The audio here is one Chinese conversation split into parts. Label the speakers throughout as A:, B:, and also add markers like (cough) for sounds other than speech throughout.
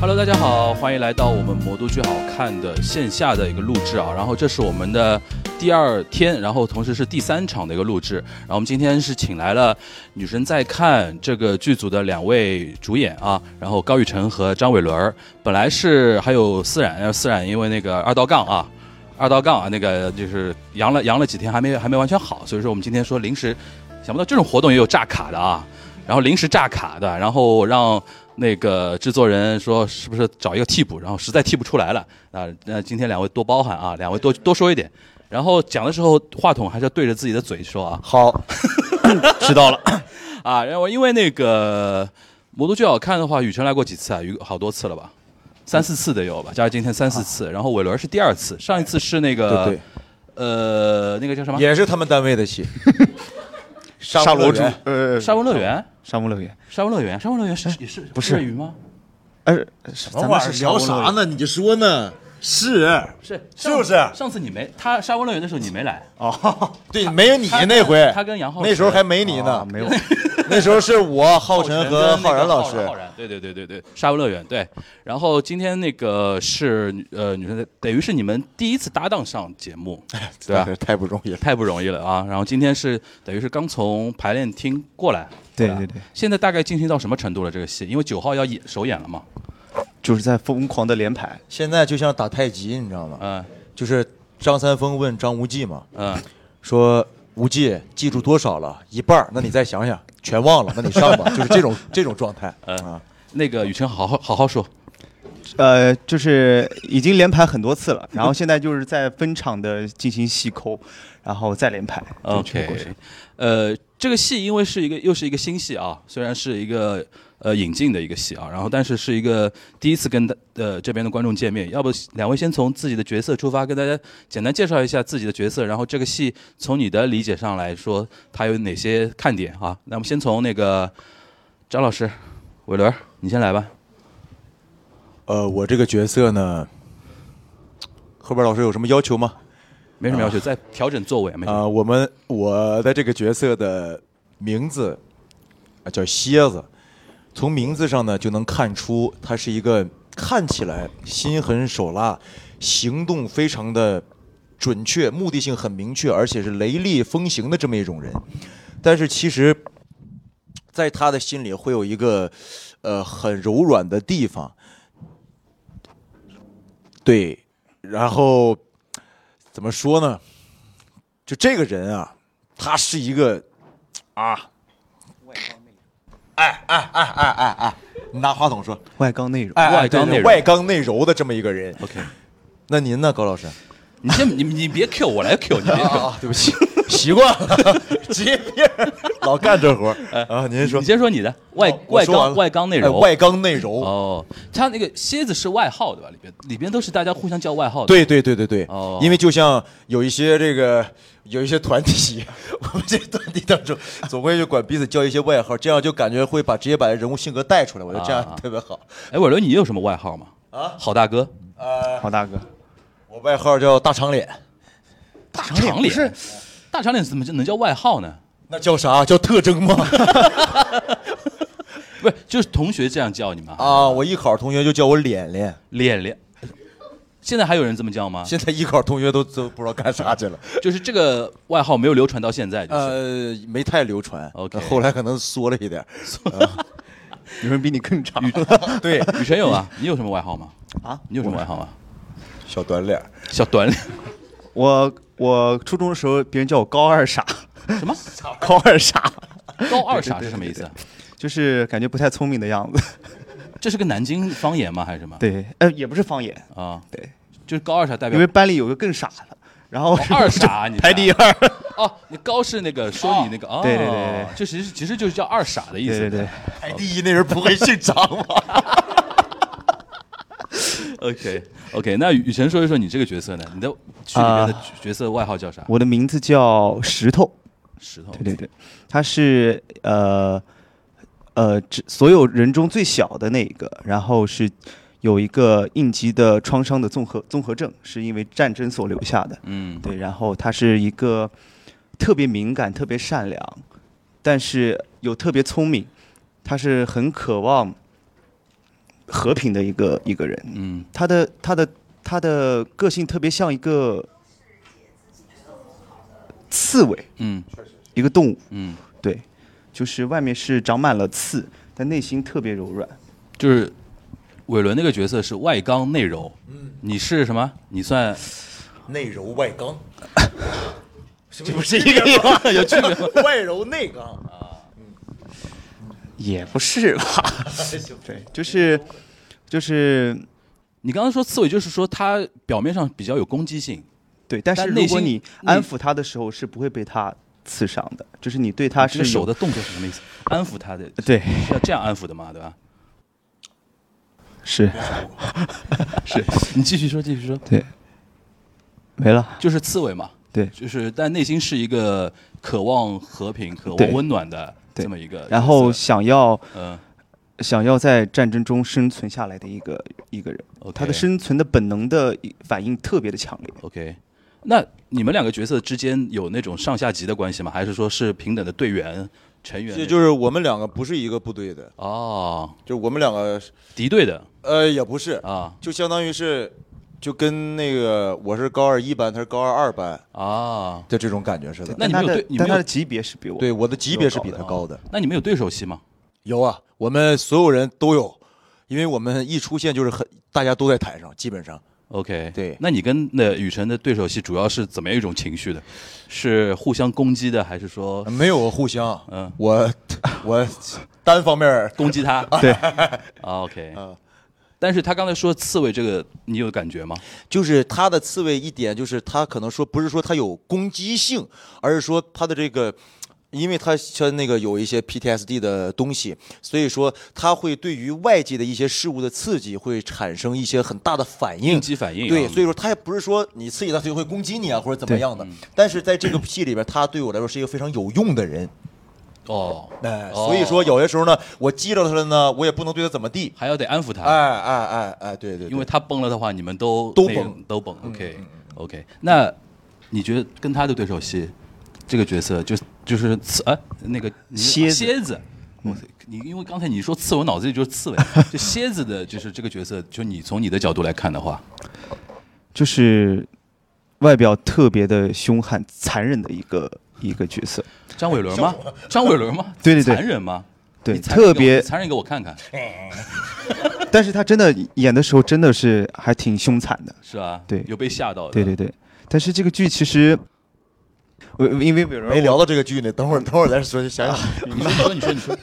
A: Hello，大家好，欢迎来到我们魔都剧好看的线下的一个录制啊，然后这是我们的第二天，然后同时是第三场的一个录制，然后我们今天是请来了《女神在看》这个剧组的两位主演啊，然后高雨晨和张伟伦儿，本来是还有思冉，呃思冉因为那个二道杠啊。二道杠啊，那个就是阳了阳了几天，还没还没完全好，所以说我们今天说临时，想不到这种活动也有炸卡的啊，然后临时炸卡的，然后让那个制作人说是不是找一个替补，然后实在替不出来了啊，那今天两位多包涵啊，两位多多说一点。然后讲的时候，话筒还是要对着自己的嘴说啊
B: 好，知道了。
A: (coughs) 啊。然后因为那个《魔都剧好看》的话，雨辰来过几次啊？雨好多次了吧？三四次得有吧？加上今天三四次，然后伟伦是第二次，上一次是那个
B: 啊对
A: 呃那个叫什么？
B: (laughs) 也是他们单位
A: (laughs)
B: 的戏，沙
C: 沙
B: 漠
C: 罗
B: 乐
C: 主
B: 园，
C: 呃，
A: 沙翁乐园，
C: 沙漠乐园，
A: 沙翁乐园，沙翁乐园是也是不
C: 是
A: 粤语吗？
C: 哎，什
D: 等会儿聊啥？呢？你就说呢？是，
A: 不是，
D: 是不是
A: 上上次你没他沙翁乐园的时候你没来，
B: 对，没有你那回，
A: 他跟杨浩
B: 那时候还没你
C: 啊，
B: 呢，
C: 没有，
B: (laughs) 那时候是我浩
A: 晨
B: 晨嗯和
A: 浩
B: 浩然老师，
A: 浩然，对对对对对，沙翁乐园对。然后今天那个是呃女生的，等于是你们第一次搭档上节目，对
C: (laughs)
A: 吧？
B: 太不容易了。
A: 太不容易了啊！然后今天是等于是刚从排练厅过来，
C: 对
A: 吧
C: 对对，
A: 现在大概进行到什么程度了？这个戏，因为九号要演首演了嘛，
C: 就是在疯狂的连排，
B: 现在就像打太极，你知道吗？
A: 嗯
B: 就是张三丰问张无忌嘛，
A: 嗯，
B: 说无忌记住多少了？一半儿，那你再想想，全忘了，那你上
A: (laughs)
B: 吧，就是这种这种状态
A: 嗯
B: 啊。
A: 那个雨辰好好好好说，
C: 呃，就是已经连排很多次了，然后现在就是在分场的进行细抠，然后再连排。对这个过程
A: OK，呃，这个戏因为是一个又是一个新戏啊，虽然是一个呃引进的一个戏啊，然后但是是一个第一次跟大呃这边的观众见面，要不两位先从自己的角色出发，跟大家简单介绍一下自己的角色，然后这个戏从你的理解上来说，它有哪些看点啊？那么先从那个张老师，伟伦儿，你先来吧。
B: 呃，我这个角色呢，后边老师有什么要求吗？
A: 没什么要求，再调整座位，没什么。
B: 啊、我们我的这个角色的名字啊叫蝎子，从名字上呢就能看出他是一个看起来心狠手辣，行动非常的准确，目的性很明确，而且是雷厉风行的这么一种人。但是其实，在他的心里会有一个呃很柔软的地方，对，然后怎么说呢？就这个人啊，他是一个啊，哎哎哎哎哎哎，你拿话筒说，
C: 外刚内容，
B: 哎，哎
A: 外刚内柔
B: 对外刚内柔的这么一个人。
A: OK，
B: 那您呢，高老师？
A: 你先你你别 Q 我来 Q 你别 Q，、
B: 啊，对不起，习惯了， (laughs) 职业病，老干这活儿啊。您说
A: 哎你，先说你的外、
B: 哦我
A: 外
B: 说完
A: 刚
B: 了
A: 外刚内
B: 哎
A: 容。
B: 外刚内柔，
A: 哦，他那个蝎子是外号对吧？里边里边都是大家互相叫外号的。，
B: 对对对对对
A: 哦，
B: 因为就像有一些这个有一些团体， (laughs) 我们这团体当中总会就管彼此叫一些外号，这样就感觉会把直接把人物性格带出来，我觉得这
A: 啊
B: 样特别好。
A: 哎，伟伦，你有什么外号吗？
B: 啊，
A: 好大哥，
C: 好大哥，
B: 我外号叫大长脸。
A: 大长脸，大长脸怎么就能叫外号呢？
B: 那叫啥？叫特征吗？
A: 不是，就是同学这样叫你吗？
B: (laughs) 啊，我艺考同学就叫我脸脸，
A: 脸脸，现在还有人这么叫吗？
B: 现在艺考同学都都不知道干啥去了。
A: 就是这个外号没有流传到现在，就是、
B: 呃，没太流传
A: OK
B: 后来可能缩了一点。
C: 有人比你更长。
B: 对，
A: 雨辰有啊，你有什么外号吗？
C: 啊，
A: 你有什么外号吗？
B: 小短脸，
A: 小短脸，
C: (laughs) 我我初中的时候，别人叫我高二傻，
A: 什么
C: 高二傻，
A: 高二傻是什么意思？
C: 就是感觉不太聪明的样子。
A: 这是个南京方言吗？还是什么？
C: 对，呃，也不是方言，
A: 啊，
C: 对，
A: 就是高二傻代表
C: 因为班里有个更傻的，然后
A: 哦 (laughs) 二傻，你
C: 排第二。
A: 哦，你高是那个说你那个哦，
C: 对对对对对
A: 就其实其实就是叫二傻的意思。
C: 对对对，
B: 排哎第一那人不会姓张 (laughs) 吧？
A: OK OK，那雨辰说一说你这个角色呢？你的剧里面的
C: 啊
A: 角色外号叫啥？
C: 我的名字叫石头，
A: 石头。
C: 对对对，他是呃呃只所有人中最小的那一个，然后是有一个应急的创伤的综合综合症，是因为战争所留下的。
A: 嗯，
C: 对，然后他是一个特别敏感、特别善良，但是又特别聪明，他是很渴望和平的一个一个人。
A: 嗯，
C: 他的他的他的个性特别像一个刺猬，
A: 嗯
C: 一个动物。
A: 嗯，
C: 对，就是外面是长满了刺，但内心特别柔软。
A: 就是伟伦那个角色是外刚内柔，嗯，你是什么？你算
E: 内柔外
B: (laughs)
E: 刚，这
C: 不是一个意思有
B: (laughs)
C: 区别吗？
E: 外柔内刚，
C: 也不是吧？ (laughs) 对，就是就是
A: 你刚刚说刺猬，就是说他表面上比较有攻击性，
C: 对，但是
A: 但内
C: 如果
A: 心
C: 你
A: 你
C: 安抚他的时候是不会被他刺伤的，就是你对他
A: 这
C: 是
A: 个
C: 有
A: 手的动作是什么意思？安抚他的，
C: 对
A: 是要这样安抚的嘛，对吧？
C: 是
A: (laughs) 你继续说，继续说，
C: 对，没了，
A: 就是刺猬嘛，
C: 对。
A: 就是但内心是一个渴望和平、渴望
C: 对
A: 温暖的
C: 对
A: 这么一个角色，
C: 然后想要
A: 嗯
C: 想要在战争中生存下来的一个一个人
A: OK
C: 他的生存的本能的反应特别的强烈。
A: ，OK。那你们两个角色之间有那种上下级的关系吗？还是说是平等的队员、成员那
B: 这
A: 种？
B: 就是我们两个不是一个部队的，
A: 哦，
B: 就我们两个是，
A: 敌对的
B: 呃，也不是，
A: 啊
B: 就相当于是，就跟那个我是高二一班，他是高二二班
A: 啊，
B: 的这种感觉似的。
A: 那你
C: 但
A: 没
C: 他
A: 有
C: 的
A: 对你没
C: 但他
A: 有
C: 的级别是比我
B: 对，我的级别是比他高的。
A: 那你们有对手戏吗？
B: 有啊，我们所有人都有，因为我们一出现就是很，大家都在台上，基本上
A: OK，
B: 对
A: 那你跟那雨辰的对手戏主要是怎么样一种情绪的？是互相攻击的，还是说
B: 没有互相，
A: 嗯
B: 我我单方面儿
A: 攻击他？
C: (laughs) 对
A: (laughs)
C: 嗯
A: 啊，OK，
B: 啊
A: 但是他刚才说刺猬这个，你有感觉吗？
B: 就是他的刺猬一点，就是他可能说不是说他有攻击性，而是说他的这个，因为他像那个有一些 PTSD 的东西，所以说他会对于外界的一些事物的刺激会产生一些很大的反应
A: 应。激反应啊，
B: 对，所以说他也不是说你刺激他他就会攻击你啊或者怎么样的，
A: 嗯
B: 但是在这个戏里边，他对我来说是一个非常有用
A: (laughs)
B: 的人。
A: 哦，
B: 哎，
A: 哦
B: 所以说有些时候呢，我激着他了呢，我也不能对他怎么地。
A: 还要得安抚他，
B: 哎哎哎哎，对对，对
A: 因为他崩了的话，你们都
B: 都
A: 那个
B: 崩
A: 都
C: 嗯
A: 崩。OK OK，那你觉得跟他的对手戏，这个角色就就是刺哎那个你
C: 蝎子嗯
A: 蝎子。哇塞，你因为刚才你说刺猬，我脑子里就是刺猬，就蝎子的，就是这个角色，就你从你的角度来看的话，
C: 就是外表特别的凶悍、残忍的一个一个角色，
A: 张伟伦吗？张伟伦吗？
C: (laughs) 对对对
A: 残忍吗？
C: 对
A: 你残忍给我
C: 特别
A: 残忍给我看看，
C: 但是他真的演的时候真的是还挺凶残的，
A: 是吧？
C: 对
A: 有被吓到的。
C: 对对对。但是这个剧其实，我因为比如
B: 没聊到这个剧呢，等会儿等会儿咱说想想。
A: 你说，你说，你说，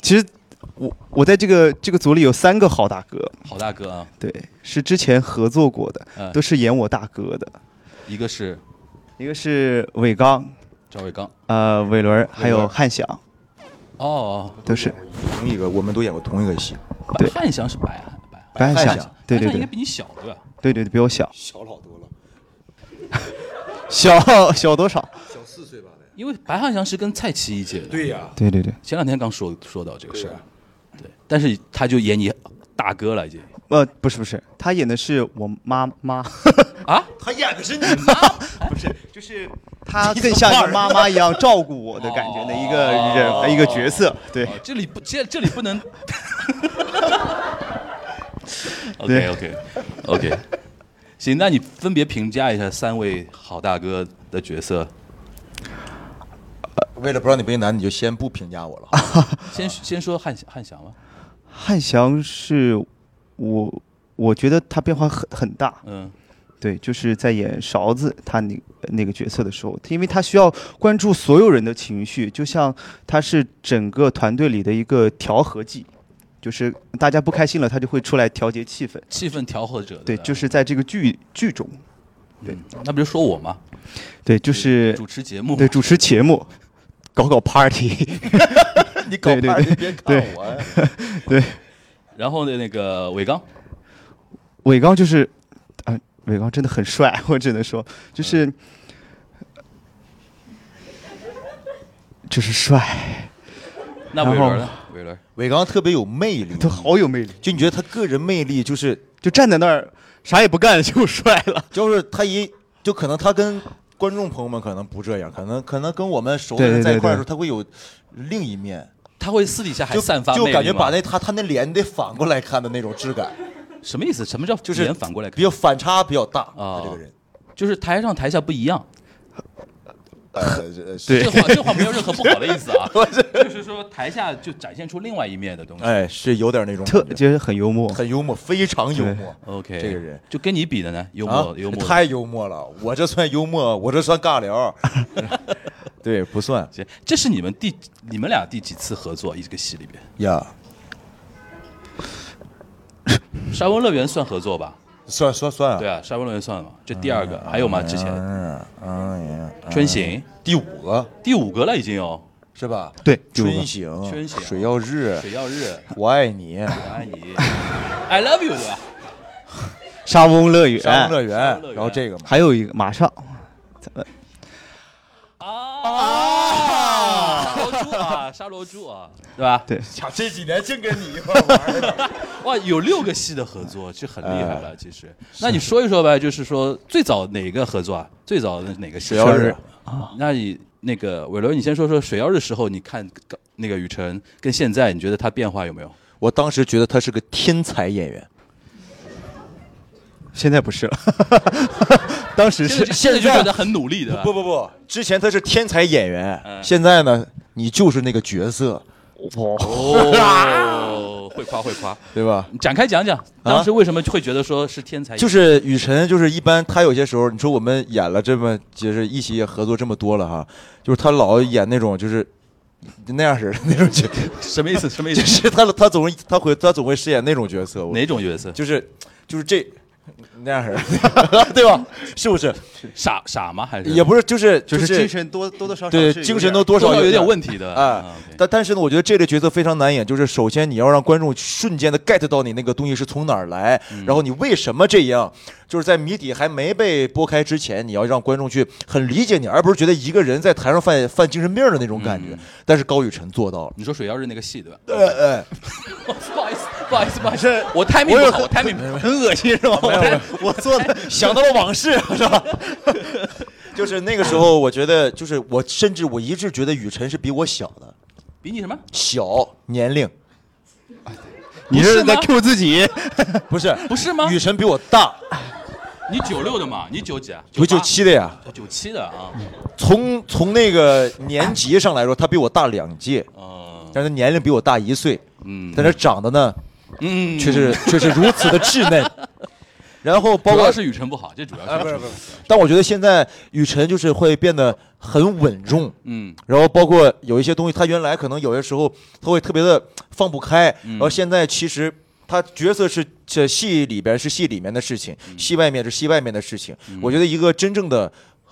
C: 其实我我在这个这个组里有三个好大哥，
A: 好大哥啊，
C: 对，是之前合作过
A: 嗯
C: 的，都是演我大哥的，
A: 一个是
C: 一个是伟刚，
A: 赵伟刚，
C: 呃，伟伦儿，还有汉翔，
A: 哦，
C: 都是
B: 同一个，我们都演过同一个戏。
A: 白
C: 对
A: 汉翔是白汉白啊
C: 白汉
B: 汉
C: 翔
B: 翔，
C: 对对
A: 白汉应该
C: 对
A: 比你小哎对吧？
C: 对对，对比我小，
B: 小老多了，
C: (laughs) 小小多少？
B: 小四岁吧
A: 因为白汉翔是跟蔡奇一届的，
B: 对呀、
C: 对对对，
A: 前两天刚说说到这个事
B: 对
A: 儿
B: 啊，
A: 对，但是他就演你大哥了已经
C: 呃，不是不是，他演的是我妈妈， (laughs)
A: 啊，
E: 他演的是你
C: 不是，就是他更像一个妈妈一样照顾我的感觉的一个人、
A: 哦
C: 一个角色，对
A: 哦这里不这这里不
C: (laughs)
A: 能，OK
C: 对
A: OK (laughs) OK，行，那你分别评价一下三位好大哥的角色，
B: 为了不让你为难，你就先不评价我了。
C: 啊
A: 先先说汉汉翔吧，
C: 汉翔是我，我觉得他变化很很大，
A: 嗯
C: 对，就是在演勺子他那那个角色的时候，因为他需要关注所有人的情绪，就像他是整个团队里的一个调和剂，就是大家不开心了，他就会出来调节气氛。
A: 气氛调和者，
C: 对，
A: 吧
C: 就是在这个剧剧中，对
A: 嗯那不就说我吗？
C: 对，就是
A: 主持节目，
C: 对主持节目，搞搞 party， (laughs)
B: 你搞
C: 对对
B: 怕
C: 对
B: 人别看我呀。
C: 对，
A: 然后呢，那个伟刚，
C: 伟刚就是，啊、伟刚真的很帅，我只能说，就是，
A: 嗯
C: 就是帅，
A: 那
C: 然
A: 伟伦
C: 后
A: 呢？伟伦，
B: 伟刚特别有魅力，
C: 都好有魅力。
B: 就你觉得他个人魅力就是
C: 就站在那儿啥也不干就帅了。
B: 就是他一就可能他跟观众朋友们可能不这样，可能可能跟我们熟的
C: 对
B: 人
C: 对
B: 在一
C: 对
B: 块儿的时
C: 对
B: 候，他会有另一面。
A: 他会私底下还
B: 就
A: 散发
B: 就
A: 魅力
B: 感觉
A: 吗
B: 把那他他那脸你得反过来看的那种质感，
A: 什么意思？什么叫
B: 就是
A: 脸反过来看？
B: 比较反差比较大。
A: 哦
B: 他这个人，
A: 就是台上台下不一样。
B: 呃，这
C: 对
A: 这话这话没有任何不好的意思啊，就是说台下就展现出另外一面的东西。
B: 哎，是有点那种
C: 特
B: 感觉
C: 就是很幽默，
B: 很幽默，非常幽默。
A: OK，
B: 这个人
A: 就跟你比的呢，幽默、
B: 啊，
A: 幽默。
B: 太幽默了，我这算幽默，我这算尬 (laughs) 聊，对，不算
A: 行，这是你们第你们俩第几次合作一个戏里边？
B: 呀，
A: 沙翁乐园算合作吧？
B: 算算算啊
A: 对，啊，沙翁乐园算吗？这第二个，还有吗？之前
B: 嗯嗯，嗯
A: 春行
B: 第五个
A: 第五个了已经有
B: 是吧？
C: 对第五个
B: 春行，
A: 春行
B: 水曜日，
A: 水曜日、
B: 我爱你，
A: 我爱你、I love you 对吧？
C: 沙翁乐园，
B: 沙漠乐园
A: 沙漠乐园，
B: 然后这个嘛，
C: 还有一个马上，
A: 啊，沙罗珠啊，沙罗珠啊，对吧？
C: 对，
B: 哎
F: 呀，这几年净跟你一块儿玩儿呢。
A: 哇，有六个戏的合作，这很厉
B: 哎
A: 害了。其实，那你说一说呗，就是说最早哪个合作啊？最早的哪个戏
B: 水曜日，
A: 那你那个伟伦，你先说说水曜日时候，你看那个雨辰跟现在，你觉得他变化有没有？
B: (laughs) 我当时觉得他是个天才演员，
C: 现在不是 (laughs) 了，当时
A: 现在
C: 是
A: 就现在就觉得很努力的，
B: 不不不，之前他是天才演员
A: 嗯，
B: 现在呢，你就是那个角色，
A: 哦，会夸会夸，
B: 对吧？
A: 你展开讲讲，当时为什么会觉得说是天才？
B: 啊就是雨辰，就是一般他有些时候，你说我们演了这么，就是一起也合作这么多了哈，就是他老演那种就是那样式的那种角色， (laughs)
A: 什么意思？什么意
B: 就
A: 思？
B: 是他他总他会他总会饰演那种角色，我
A: 哪种角色？
B: 就是就是这那样式的， (laughs) 对吧？是不是？
A: 傻傻吗？还是
B: 也不是，就是
C: 就是是精神多多多少少
B: 对
C: 是有
B: 精
C: 点
B: 神都多
A: 多少
B: 少
A: 有
B: 点
A: 点问题的
B: 哎
A: 嗯，OK，
B: 但但是呢，我觉得这类角色非常难演，就是首先你要让观众瞬间的 get 到你那个东西是从哪儿来，然后你为什么这样，就是在谜底还没被拨开之前，你要让观众去很理解你，而不是觉得一个人在台上犯犯精神病的那种感觉。但是高雨辰做到了，
A: 你说水曜日那个戏对吧？
B: 呃呃，
A: 不好意思，不好意思，不好意思，我 timing 不好，我 timing 不好，
C: 很恶心是吧？我我做的
B: 想到了往事，是吧？ (laughs) 就是那个时候，我觉得，就是我甚至我一直觉得雨辰是比我小的，
A: 比你什么？
B: 小年龄
C: 你
A: 不
C: 是
A: 是
C: 在
A: 吗
C: Q 自己？
B: 不是
A: 不是吗？
B: 雨辰比我大，
A: 你九六的嘛？你九几啊？
B: 我九
A: 98，
B: 七的呀。
A: 哦九七的啊。
B: 从从那个年级上来说，他比我大两届，
A: 嗯
B: 但是他年龄比我大一岁，
A: 嗯
B: 但是长得呢，
A: 嗯，(laughs)
B: 却是却是如此的稚嫩。然后包
A: 主
B: 括
A: 要，是雨辰不好，这主要是
B: 哎
A: 雨
B: 不是
A: 辰
B: 不是，但我觉得现在雨辰就是会变得很稳重，
A: 嗯
B: 然后包括有一些东西，他原来可能有些时候他会特别的放不开，
A: 嗯
B: 然后现在其实他角色是这戏里边是戏里面的事情，
A: 嗯
B: 戏外面是戏外面的事情。我觉得一个真正的。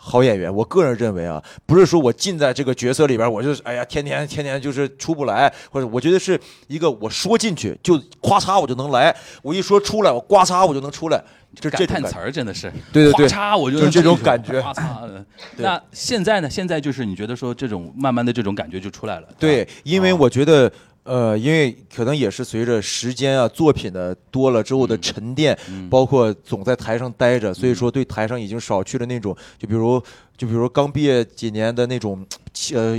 B: 好演员，我个人认为啊，不是说我进在这个角色里边，我就是哎呀，天天天天就是出不来，或者我觉得是一个我说进去就咵嚓我就能来，我一说出来我呱嚓我就能出来，就这
A: 感
B: 种
A: 叹
B: 感
A: 词
B: 觉
A: 儿真的是，
B: 对对对
A: 咔嚓我就
B: 就是这种感觉
A: 咔嚓的。那现在呢？现在就是你觉得说这种慢慢的这种感觉就出来了，吧，
B: 对，因为我觉得，呃，因为可能也是随着时间啊，作品的多了之后的沉淀，包括总在台上待着，所以说对台上已经少去了那种，就比如就比如刚毕业几年的那种，呃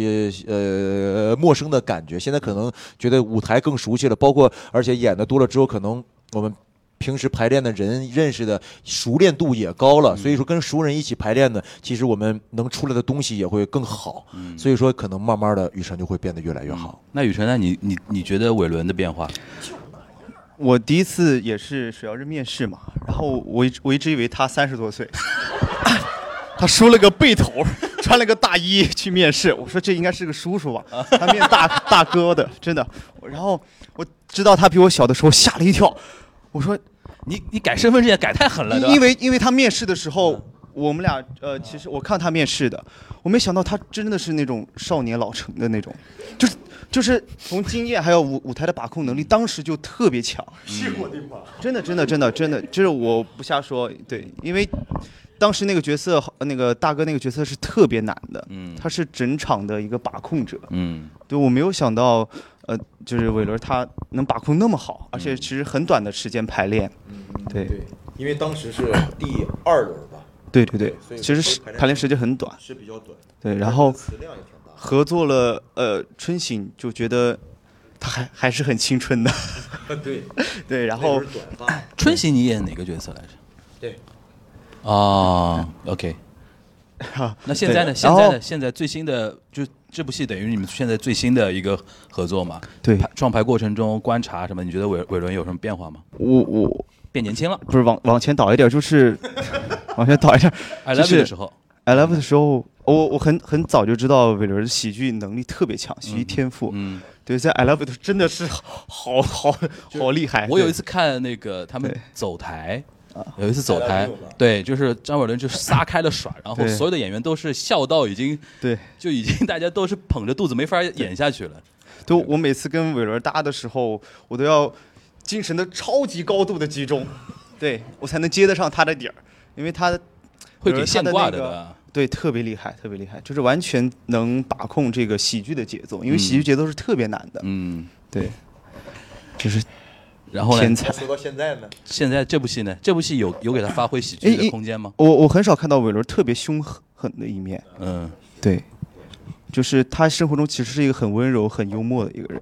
B: 呃陌生的感觉。现在可能觉得舞台更熟悉了，包括而且演的多了之后，可能我们。平时排练的人认识的熟练度也高了，所以说跟熟人一起排练呢，其实我们能出来的东西也会更好。所以说，可能慢慢的雨辰就会变得越来越好。
A: 那雨辰，那你你你觉得伟伦的变化？
C: 我第一次也是水曜日面试嘛，然后我一直我一直以为他三十多岁， (laughs) 他梳了个背头， (laughs) 穿了个大衣去面试，我说这应该是个叔叔吧，他面 (laughs) 大大哥的，真的。然后我知道他比我小的时候，吓了一跳，我说
A: 你你改身份证也改太狠了，对吧嗯
C: 因为因为他面试的时候，我们俩呃，其实我看他面试的，我没想到他真的是那种少年老成的那种，就是就是从经验还有舞舞台的把控能力，当时就特别强。
F: 是我的妈！
C: 真的真的真的真的，这是我不瞎说，对，因为当时那个角色，呃那个大哥那个角色是特别难的，
A: 嗯
C: 他是整场的一个把控者，
A: 嗯
C: 对我没有想到，呃，就是韦伦他能把控那么好，而且其实很短的时间排练，
A: 嗯
C: 对
B: 因为当时是第二轮吧，
C: 对对对
B: 所以，
C: 其实
B: 所以
C: 是
B: 排练
C: 排练时间很短，
B: 是比较短，
C: 对，然后
B: 词量也挺大。
C: 合作了呃春醒，就觉得他还还是很青春的，
B: (laughs) 对，
C: 对，然后
B: 短发，
A: 春熙，你演哪个角色来着？
B: 对，
A: 啊，OK。那现在呢？
C: 对
A: 现在
C: 然
A: 呢？
C: 后
A: 现在最新的就这部戏等于你们现在最新的一个合作嘛？
C: 对
A: 拍创排过程中观察什么？你觉得伟伟伦有什么变化吗？
C: 我我
A: 变年轻了
C: 不是往往前倒一点，就是 (laughs) 往前倒一点
A: ，I
C: 就
A: love
C: 是
A: you 的时候，
C: I love 的时候，我我很很早就知道韦伦的喜剧能力特别强，喜剧天赋。
A: 嗯，
C: 对，在 I love 的时候真的是好好好厉害。
A: 我有一
C: 对
A: 次看那个他们
C: 对啊
A: 走台，有一次走
D: I
A: 台
D: love you 了，
A: 对，就是张伟伦就是撒开了耍，然后
C: 对
A: 所有的演员都是笑到已经
C: 对
A: 就已经大家都是捧着肚子没法演下去了。
C: 对，我每次跟韦伦搭的时候，我都要精神的超级高度的
A: (laughs)
C: 集中，对我才能接得上他的底儿，因为他
A: 会给现挂的
C: 韦伦他的那
A: 吧
C: 个对特别厉害，特别厉害，就是完全能把控这个喜剧的节奏，因为喜剧节奏是特别难的，
A: 嗯，
C: 对，就是
A: 然后
C: 天
A: 呢？
C: 才。
D: 说到现在呢，
A: 现在这部戏呢？这部戏有有给他发挥喜剧
B: 哎
A: 的空间吗？
C: 我我很少看到韦伦特别凶狠的一面，
A: 嗯，
C: 对，就是他生活中其实是一个很温柔、很幽默的一个人，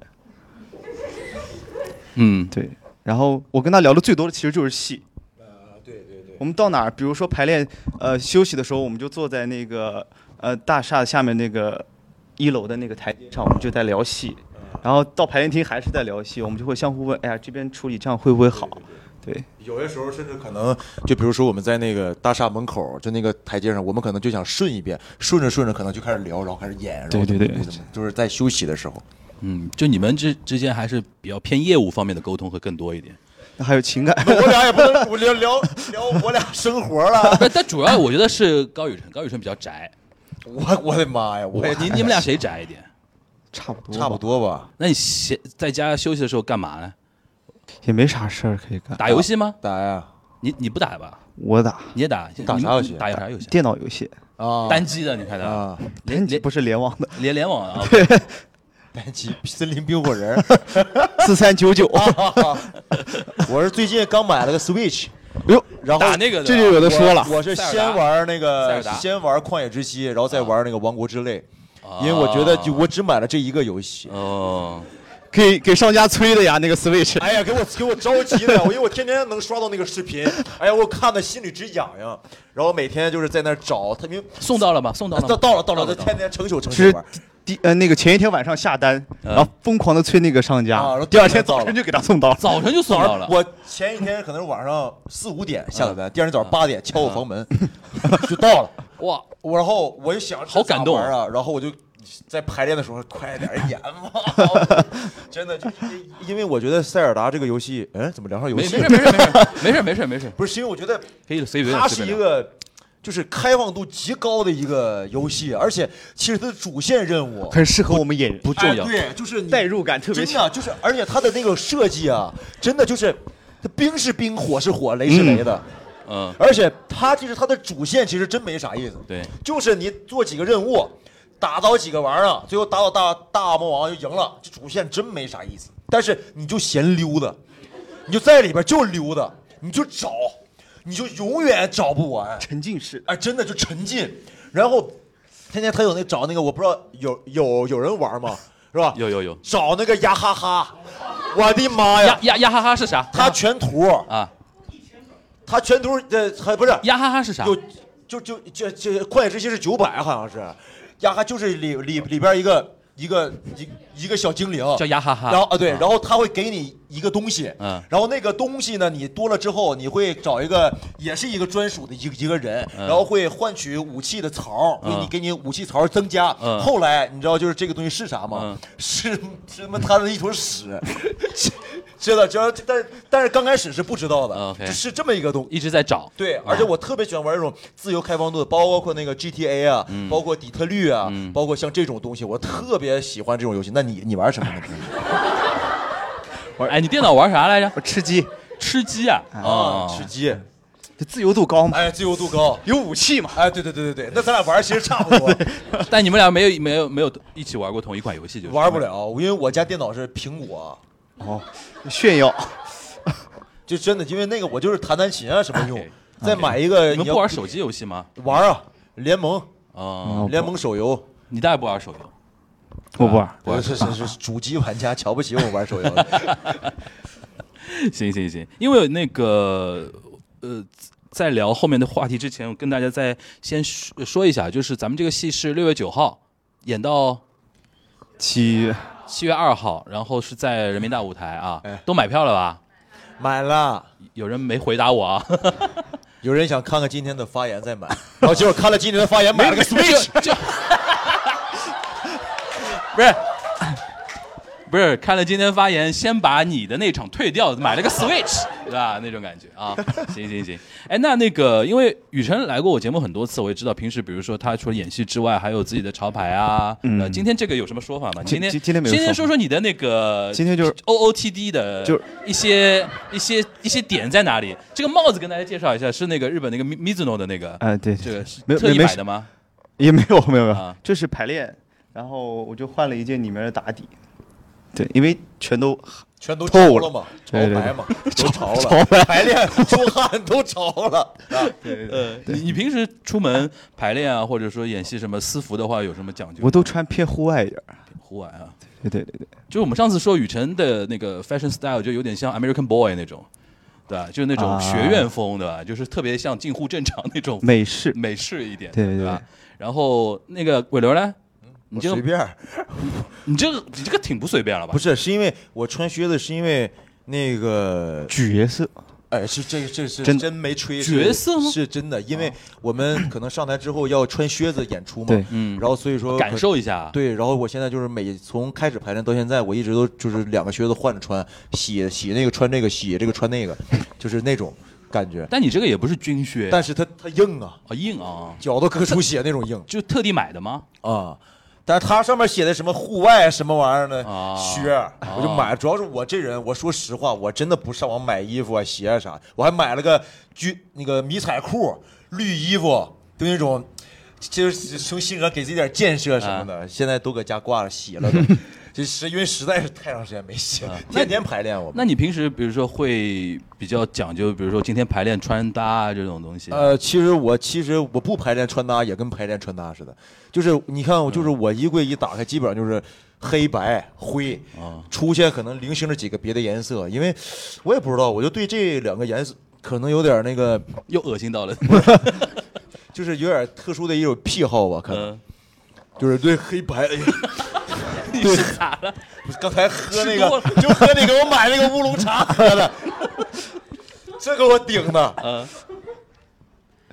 A: 嗯，
C: 对。然后我跟他聊的最多的其实就是戏，啊
D: 呃，对对对，
C: 我们到哪儿，比如说排练，呃，休息的时候，我们就坐在那个呃大厦下面那个一楼的那个台阶上，我们就在聊戏。然后到排练厅还是在聊戏，我们就会相互问，哎呀，这边处理这样会不会好？对
B: 有的时候甚至可能，就比如说我们在那个大厦门口，就那个台阶上，我们可能就想顺一遍，顺着顺着可能就开始聊，然后开始演，然后
C: 对对对
B: 就怎么就是在休息的时候，
A: 嗯，就你们之之间还是比较偏业务方面的沟通会更多一点。
C: 那还有情感，
B: 我俩也不能我聊聊聊我俩生活了，
A: (laughs) 但但主要我觉得是高宇辰，高宇辰比较宅。
B: 我我的妈呀，我也
A: 你你们俩谁宅一点？
C: 差不多
B: 差不多吧，
A: (laughs) 那你闲在家休息的时候干嘛呢？
C: 也没啥事儿可以干。
A: 打游戏吗？
B: 打呀
A: 你你不打吧？
C: 我打
A: 你也打？
B: 打啥游戏
A: 你们打啥游戏？
C: 电脑游戏，
B: 啊
A: 单机的，你看到
B: 啊，
A: 连连
C: 不是联网的
A: 联联网
B: (laughs)
A: 啊？
B: 单机森林冰火人， (laughs)
C: 四三九九，
A: 啊
C: 哎
B: 我是最近刚买了个 Switch，
C: 呦，
B: 然后
A: 打那个的啊
C: 这就有的说了，
B: 我是
A: 塞尔达
B: 先玩那
A: 塞
B: 个
A: 尔达
B: 先玩旷野之息，然后再玩那个王国之泪。
A: 啊
B: 因为我觉得就我只买了这一个游戏。
A: 哦，
C: 给给商家催的呀，那个 Switch，
B: 哎呀，给我给我着急的，我 (laughs) 因为我天天能刷到那个视频，哎呀，我看的心里直痒痒。然后每天就是在那儿找，他明
A: 送到了吗？送到了吗
B: 到到了到了，
A: 到
B: 他
A: 了
B: 天天成宿成
C: 其
B: 宿
C: 实
B: 玩。
C: 第呃那个前一天晚上下单，
A: 嗯
C: 然后疯狂的催那个商家，
B: 啊然后
C: 第二天
B: 到了
C: 早 (laughs) 晨就给他送到了。
A: 早晨就送到了。
B: 我前一天可能是晚上四五点下的
A: 啊
B: 单，第二天早上八点敲我
A: (laughs)
B: 房门，就到了。
A: 哇，
B: 我然后我就想
A: 好感动
B: 这咋玩啊，然后我就在排练的时候快点演吧，真的就因因为我觉得塞尔达这个游戏，哎，怎么聊上游
A: 没没
B: 戏
A: 事？没事没事没事没事没事，
B: 不是，是因为我觉得
A: 可以随便
B: 它
A: 随
B: 是一
A: 便聊。
B: 个就是开放度极高的一个游戏，而且其实它的主线任务
C: 很适合我们演员，
A: 不重要
B: 哎、对，就是你
C: 代入感特别
B: 真的就是，而且它的那个设计啊，真的就是它冰是冰，火是火，雷是雷的。
A: 嗯，
B: 而且它其实它的主线其实真没啥意思，
A: 对，
B: 就是你做几个任务，打倒几个玩意儿，啊最后打倒大大魔王就赢了，这主线真没啥意思。但是你就闲溜达，你就在里边就溜达，你就找，你就永远找不完，
C: 沉浸式。
B: 哎，真的就沉浸。然后天天他有那找那个，我不知道有有有人玩吗？是吧？
A: 有有有
B: 找那个呀哈哈，我的妈
A: 呀
B: 呀！
A: 呀呀哈哈是啥？
B: 他全图，
A: 啊，
B: 他全图呃，还不是
A: 呀哈哈是啥？
B: 有就就就就旷野之息是九百，好像是，呀哈就是里里里边一个一个一一个小精灵
A: 叫呀哈哈。
B: 然后啊对，然后他会给你一个东西，
A: 嗯
B: 然后那个东西呢，你多了之后，你会找一个也是一个专属的一个一个人，
A: 嗯
B: 然后会换取武器的槽，
A: 嗯
B: 给你给你武器槽增加。
A: 嗯
B: 后来你知道就是这个东西是啥吗？
A: 嗯
B: 是是他妈他的一坨屎， (laughs) 知道知道，但但是刚开始是不知道的，
A: 嗯，OK
B: 就是这么一个东。
A: 一直在找。
B: 对
A: 啊，
B: 而且我特别喜欢玩这种自由开放度的，包括那个 GTA 啊，
A: 嗯
B: 包括底特律啊，包括像这种东西，我特别喜欢这种游戏。那你你玩什么呢？
A: 哎，你电脑玩啥来着？
C: 我呃吃鸡，
A: 吃鸡啊？
B: 啊
A: 哦，
B: 吃鸡，
C: 就自由度高嘛，
B: 哎，自由度高，
C: 有武器嘛。
B: 哎，对对对对对，那咱俩玩儿其实差不多，
A: 但你们俩没有没有没有一起玩过同一款游戏，就是
B: 玩不。了，因为我家电脑是苹果，
C: 哦，炫耀，
A: 啊
B: 就真的，因为那个我就是弹弹琴啊什么用
A: OK，
B: 再买一个
A: 你们
B: 要
A: 不玩手机游戏吗？
B: 玩啊，联盟
A: 哦，
B: 联盟手游，
A: 你大爷不玩手游，
C: 我不玩儿，
A: 我
B: 我这是是主机玩家瞧不起我玩手游的，
A: 行行行，因为那个呃，在聊后面的话题之前，我跟大家再先说说一下，就是咱们这个戏是六月九号演到
C: 七
A: 七月二号，然后是在人民大舞台啊，
B: 哎
A: 都买票了吧？
G: 买了。
A: 有人没回答我啊？
B: 有人想看看今天的发言再买，然后结果看了今天的发言买了个 Switch，
A: 就不是不是看了今天发言，先把你的那场退掉，买了个 Switch，对吧？那种感觉啊，行行行。哎，那那个，因为雨辰来过我节目很多次，我也知道平时，比如说他除了演戏之外，还有自己的潮牌啊。
C: 嗯
A: 呃今天这个有什么说法吗？今
C: 今
A: 天
C: 今今天没有
A: 今天
C: 说
A: 说
C: 法
A: 说你的那个，
C: 今天就是
A: OOTD 的，
C: 就是
A: 一些一些一些点在哪里？这个帽子跟大家介绍一下，是那个日本那个 Mi- Mizuno 的那个，
C: 哎、对，
A: 这个是
C: 没有
A: 特意
C: 没
A: 买
C: 事
A: 的吗？
C: 也没有没有没有
A: 啊，
C: 这是排练，然后我就换了一件里面的打底，对，因为全都
B: 全都潮
C: 透
B: 了嘛，潮
C: 对对对
B: 白嘛，都潮了，
C: 潮白
B: 排练 (laughs) 出汗都潮了，啊
A: 呃，你你平时出门排练啊，或者说演戏什么私服的话，有什么讲究吗？
C: 我都穿偏户外一点儿，
A: 胡玩啊，
C: 对对对对，
A: 就是我们上次说雨辰的那个 fashion style 就有点像 American boy 那种，对吧？就是那种
C: 啊
A: 学院风，对吧？就是特别像近乎正常那种
C: 美式，
A: 美式一点，
C: 对对
A: 吧？然后那个尾流呢？你
B: 我
A: 这
B: 随
A: 个
B: 便儿，
A: 你这个你这个挺不随便了吧？
G: 不是，是因为我穿靴子，是因为那个
C: 角色，
B: 哎，是这这是
C: 真
B: 真没吹
A: 角
B: 是
A: 色吗
G: 是真的，因为我们可能上台之后要穿靴子演出嘛，
C: 对
A: 嗯
G: 然后所以说
A: 感
G: 可
A: 受一下，啊
G: 对，然后我现在就是每从开始排练到现在，我一直都就是两个靴子换着穿，洗洗那个穿这个，洗这个穿那个，就是那种感觉。
A: 但你这个也不是军靴，
G: 但是它它硬啊，
A: 啊硬啊，
G: 脚都割出血那种硬
A: 就特地买的吗？
G: 啊。
B: 但是它上面写的什么户外什么玩意儿呢？
A: 啊
B: 靴儿，我就买了。主要是我这人，我说实话，我真的不上网买衣服啊、鞋啊啥。我还买了个军那个迷彩裤、绿衣服，就那种，就是从性格给自己点建设什么的。
A: 啊
B: 现在都搁家挂了，洗了都。 (laughs) 就是因为实在是太长时间没洗了，天天排练我们。
A: 啊那你平时比如说会比较讲究，比如说今天排练穿搭啊这种东西，
G: 呃，其实我其实我不排练穿搭，也跟排练穿搭似的，就是你看我
A: 嗯
G: 就是我衣柜一打开，基本上就是黑白灰，
A: 啊
G: 出现可能零星的几个别的颜色，因为我也不知道，我就对这两个颜色可能有点那个，
A: 又恶心 (laughs) 到了。
G: 就是有点特殊的一种癖好吧，可能
A: 嗯，
G: 就是对黑白，哎呀
A: 你是咋了？
B: 不是刚才喝那
A: 吃多
B: 个
A: 了，
B: 就喝那个，我买那个乌龙茶喝
G: (laughs)
B: 的，这给我顶的。
A: 嗯，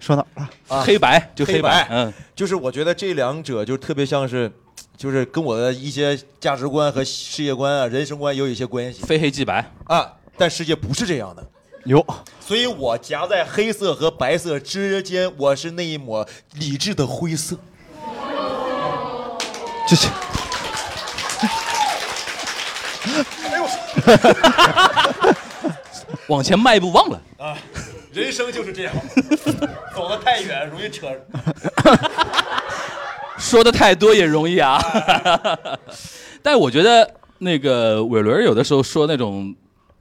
C: 说到啊，
A: 黑白就
G: 黑
A: 白
G: 白，
A: 嗯，
G: 就是我觉得这两者就特别像是，就是跟我的一些价值观和世界观啊、人生观有一些关系
A: 非黑即白，
G: 啊，但世界不是这样的。
C: 有
B: 所以我夹在黑色和白色之间，我是那一抹理智的灰色。
C: 这是
A: 往前迈一步忘了。
B: 人生就是这样， (laughs) 走得太远容易扯。
A: 说的太多也容易啊。但我觉得那个伟伦有的时候说那种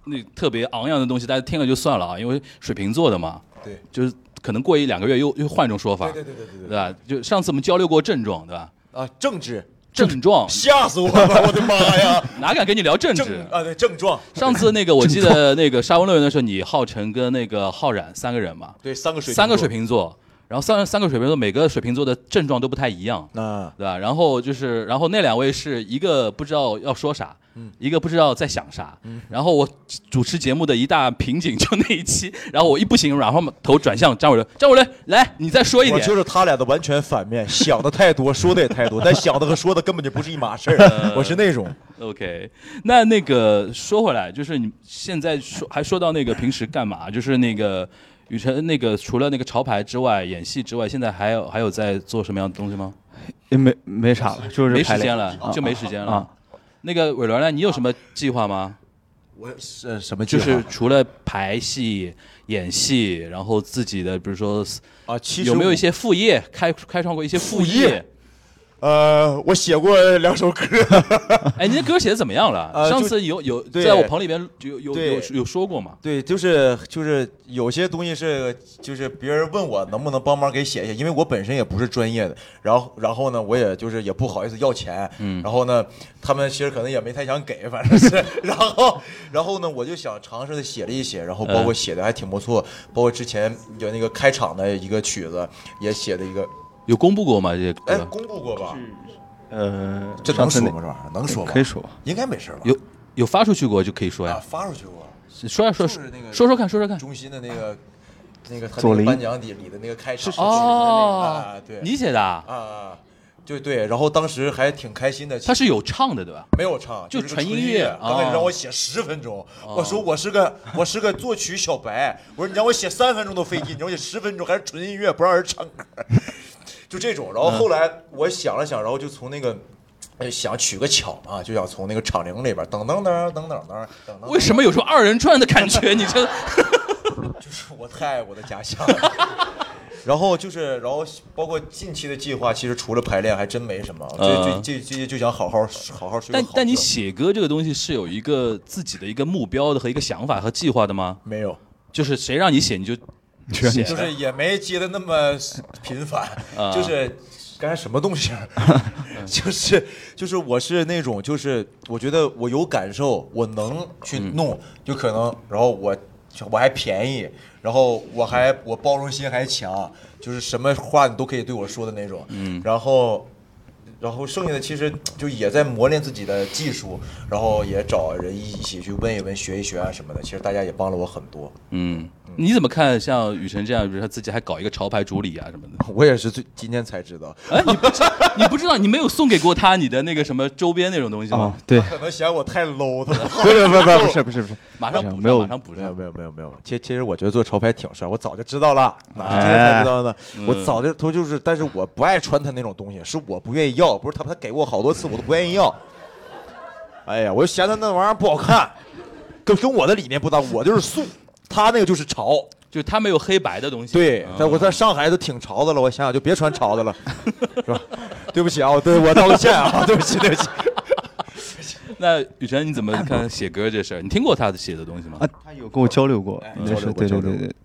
A: 那特别昂扬的东西，大家听了就算了啊，因为水瓶座的嘛，
B: 对，
A: 就是可能过一两个月又又换一种说法，
B: 对对对对
A: 对吧？就上次我们交流过症状，对吧？
B: 对啊，政治
A: 症状
B: 吓死我了，我的妈呀！
A: (laughs) 哪敢跟你聊政治
B: 症？啊，对症状，
A: (laughs) 上次那个我记得那个沙翁乐园的时候，你浩辰跟那个浩然三个人嘛，
B: 对三个水，
A: 三个水，瓶座，然后三三个水瓶座每个水瓶座的症状都不太一样，
G: 啊，
A: 对吧？然后就是，然后那两位是一个不知道要说啥，一个不知道在想啥。然后我主持节目的一大瓶颈就那一期，然后我一不行，然后头转向张伟伦，张伟伦来，你再说一
G: 我
A: 点
G: 就。是他俩的完全反面，想的太多，说的也太多，但想的和说的根本就不是一码事
A: 呃
G: 儿。我是那种
A: OK，那那个说回来，就是你现在说还说到那个平时干嘛，就是那个。雨辰，那个除了那个潮牌之外，演戏之外，现在还有还有在做什么样的东西吗？
C: 也没没啥了，就是
A: 没
C: 排
A: 时间
C: 练
A: 了，就没时间了。
C: 啊
A: 那个伟伦呢？你有什么计划吗？
G: 我是什么
A: 就
G: 剧啊
A: 是除了排戏、演戏，然后自己的，比如说
G: 啊，其实
A: 有没有
G: 我
A: 一些副业，开开创过一些副
G: 副业呃，我写过两首歌，
A: 哎，您的歌写的怎么样了？
G: 呃
A: 上
G: 就
A: 次有有
G: 对
A: 在我棚里边有有有
G: 对
A: 有说过嘛？
G: 对，
B: 就是就是有些东西是就是别人问我能不能帮忙给写一下，因为我本身也不是专业的，然后然后呢，我也就是也不好意思要钱，
A: 嗯
B: 然后呢，他们其实可能也没太想给，反正是， (laughs) 然后然后呢，我就想尝试的写了一写，然后包括
A: 嗯
B: 写的还挺不错，包括之前有那个开场的一个曲子也写的一个，
A: 有公布过吗？这些
B: 哎，
A: 歌
B: 公布过吧？
C: 呃，
B: 这能
C: 上次
B: 说
C: 那
B: 吗？这玩意儿能说吗？
C: 可以说吧，
B: 应该没事吧？
A: 有有发出去过就可以说
B: 啊
A: 呀，，
B: 发出去过。
A: 说呀说
B: 就是
A: 说
B: 那个
A: 说说看，说说看。
B: (laughs) 中心的
A: (laughs)
B: 那个那个他
C: 左
B: 那个
C: 琳
B: 颁奖礼里的那个开场曲
A: 哦
B: 啊，，对，
A: 你写的啊，
B: 啊啊，就对，然后当时还挺开心的。
A: 他是有唱的对吧？
B: 没有唱，
A: 就是
B: 个
A: 纯
B: 纯
A: 音乐
B: 乐。刚开
A: 哦
B: 始让我写十分钟，我说我是个我是个作曲小白，我说你让我写三分钟都费
A: (laughs)
B: 劲，你让我写十分钟还是纯音乐，不让人唱歌， (laughs) 就这种。然后后来我想了想，然后就从那个。哎想取个巧嘛，就想从那个场铃里边噔噔噔噔噔噔噔噔噔，
A: 为什么有种二人转的感觉？你这
B: 就是我太爱我的家乡了。 (laughs) 然后就是，然后包括近期的计划，其实除了排练还真没什么。
A: 嗯
B: 这这这就想好好好好睡个
A: 但
B: 好觉。
A: 但你写歌这个东西是有一个自己的一个目标的和一个想法和计划的吗？
B: 没有，
A: 就是谁让你写你就写，
B: 就是也没接的那么频繁，
A: 啊
B: (laughs) 就是刚才什么东 (laughs) 西啊，就是就是我是那种就是我觉得我有感受，我能去弄，就可能然后我我还便宜，然后我还我包容心还强，就是什么话你都可以对我说的那种，嗯，然后。然后剩下的其实就也在磨练自己的技术，然后也找人一起去问一问、学一学啊什么的。其实大家也帮了我很多。
A: 嗯，你怎么看像雨辰这样，比如他自己还搞一个潮牌主理啊什么的？
B: (laughs) 我也是最今天才知道，
A: 哎，你不知你不知道，你没有送给过他你的那个什么周边那种东西
C: 哦
A: 吗？，
B: (laughs)
C: 对，
B: 可能嫌我太 low 了。
C: 不是不是不是不是不是，哎
A: 马上补上
C: 没有
A: 马上补
B: (laughs) 没有
A: 上。
B: 没有没有没有，其其实我觉得做潮牌挺帅，我早就知道了，哪
C: 哎
B: 今天才知道呢？
A: 嗯
B: 我早就他就是，但是我不爱穿他那种东西，是我不愿意要，不是他他给过我好多次，我都不愿意 (laughs) 要。哎呀，我就嫌他那玩意儿不好看，跟跟我的理念不搭，我就是素，他那个就是潮。
A: 就他没有黑白的东西。
B: 对
A: 嗯，
B: 在我在上海都挺潮的了，我想想就别穿潮的了， (laughs) 是吧？对不起啊，我对我道个歉啊， (laughs) 对不起对不起。
A: 那雨辰你怎么看写歌这事儿？你听过他写的东西吗？
C: 啊，他有跟我交流过
B: 哎，
C: 那
B: 交
C: 是
B: 流过
C: 对对
B: 交流
C: 对对，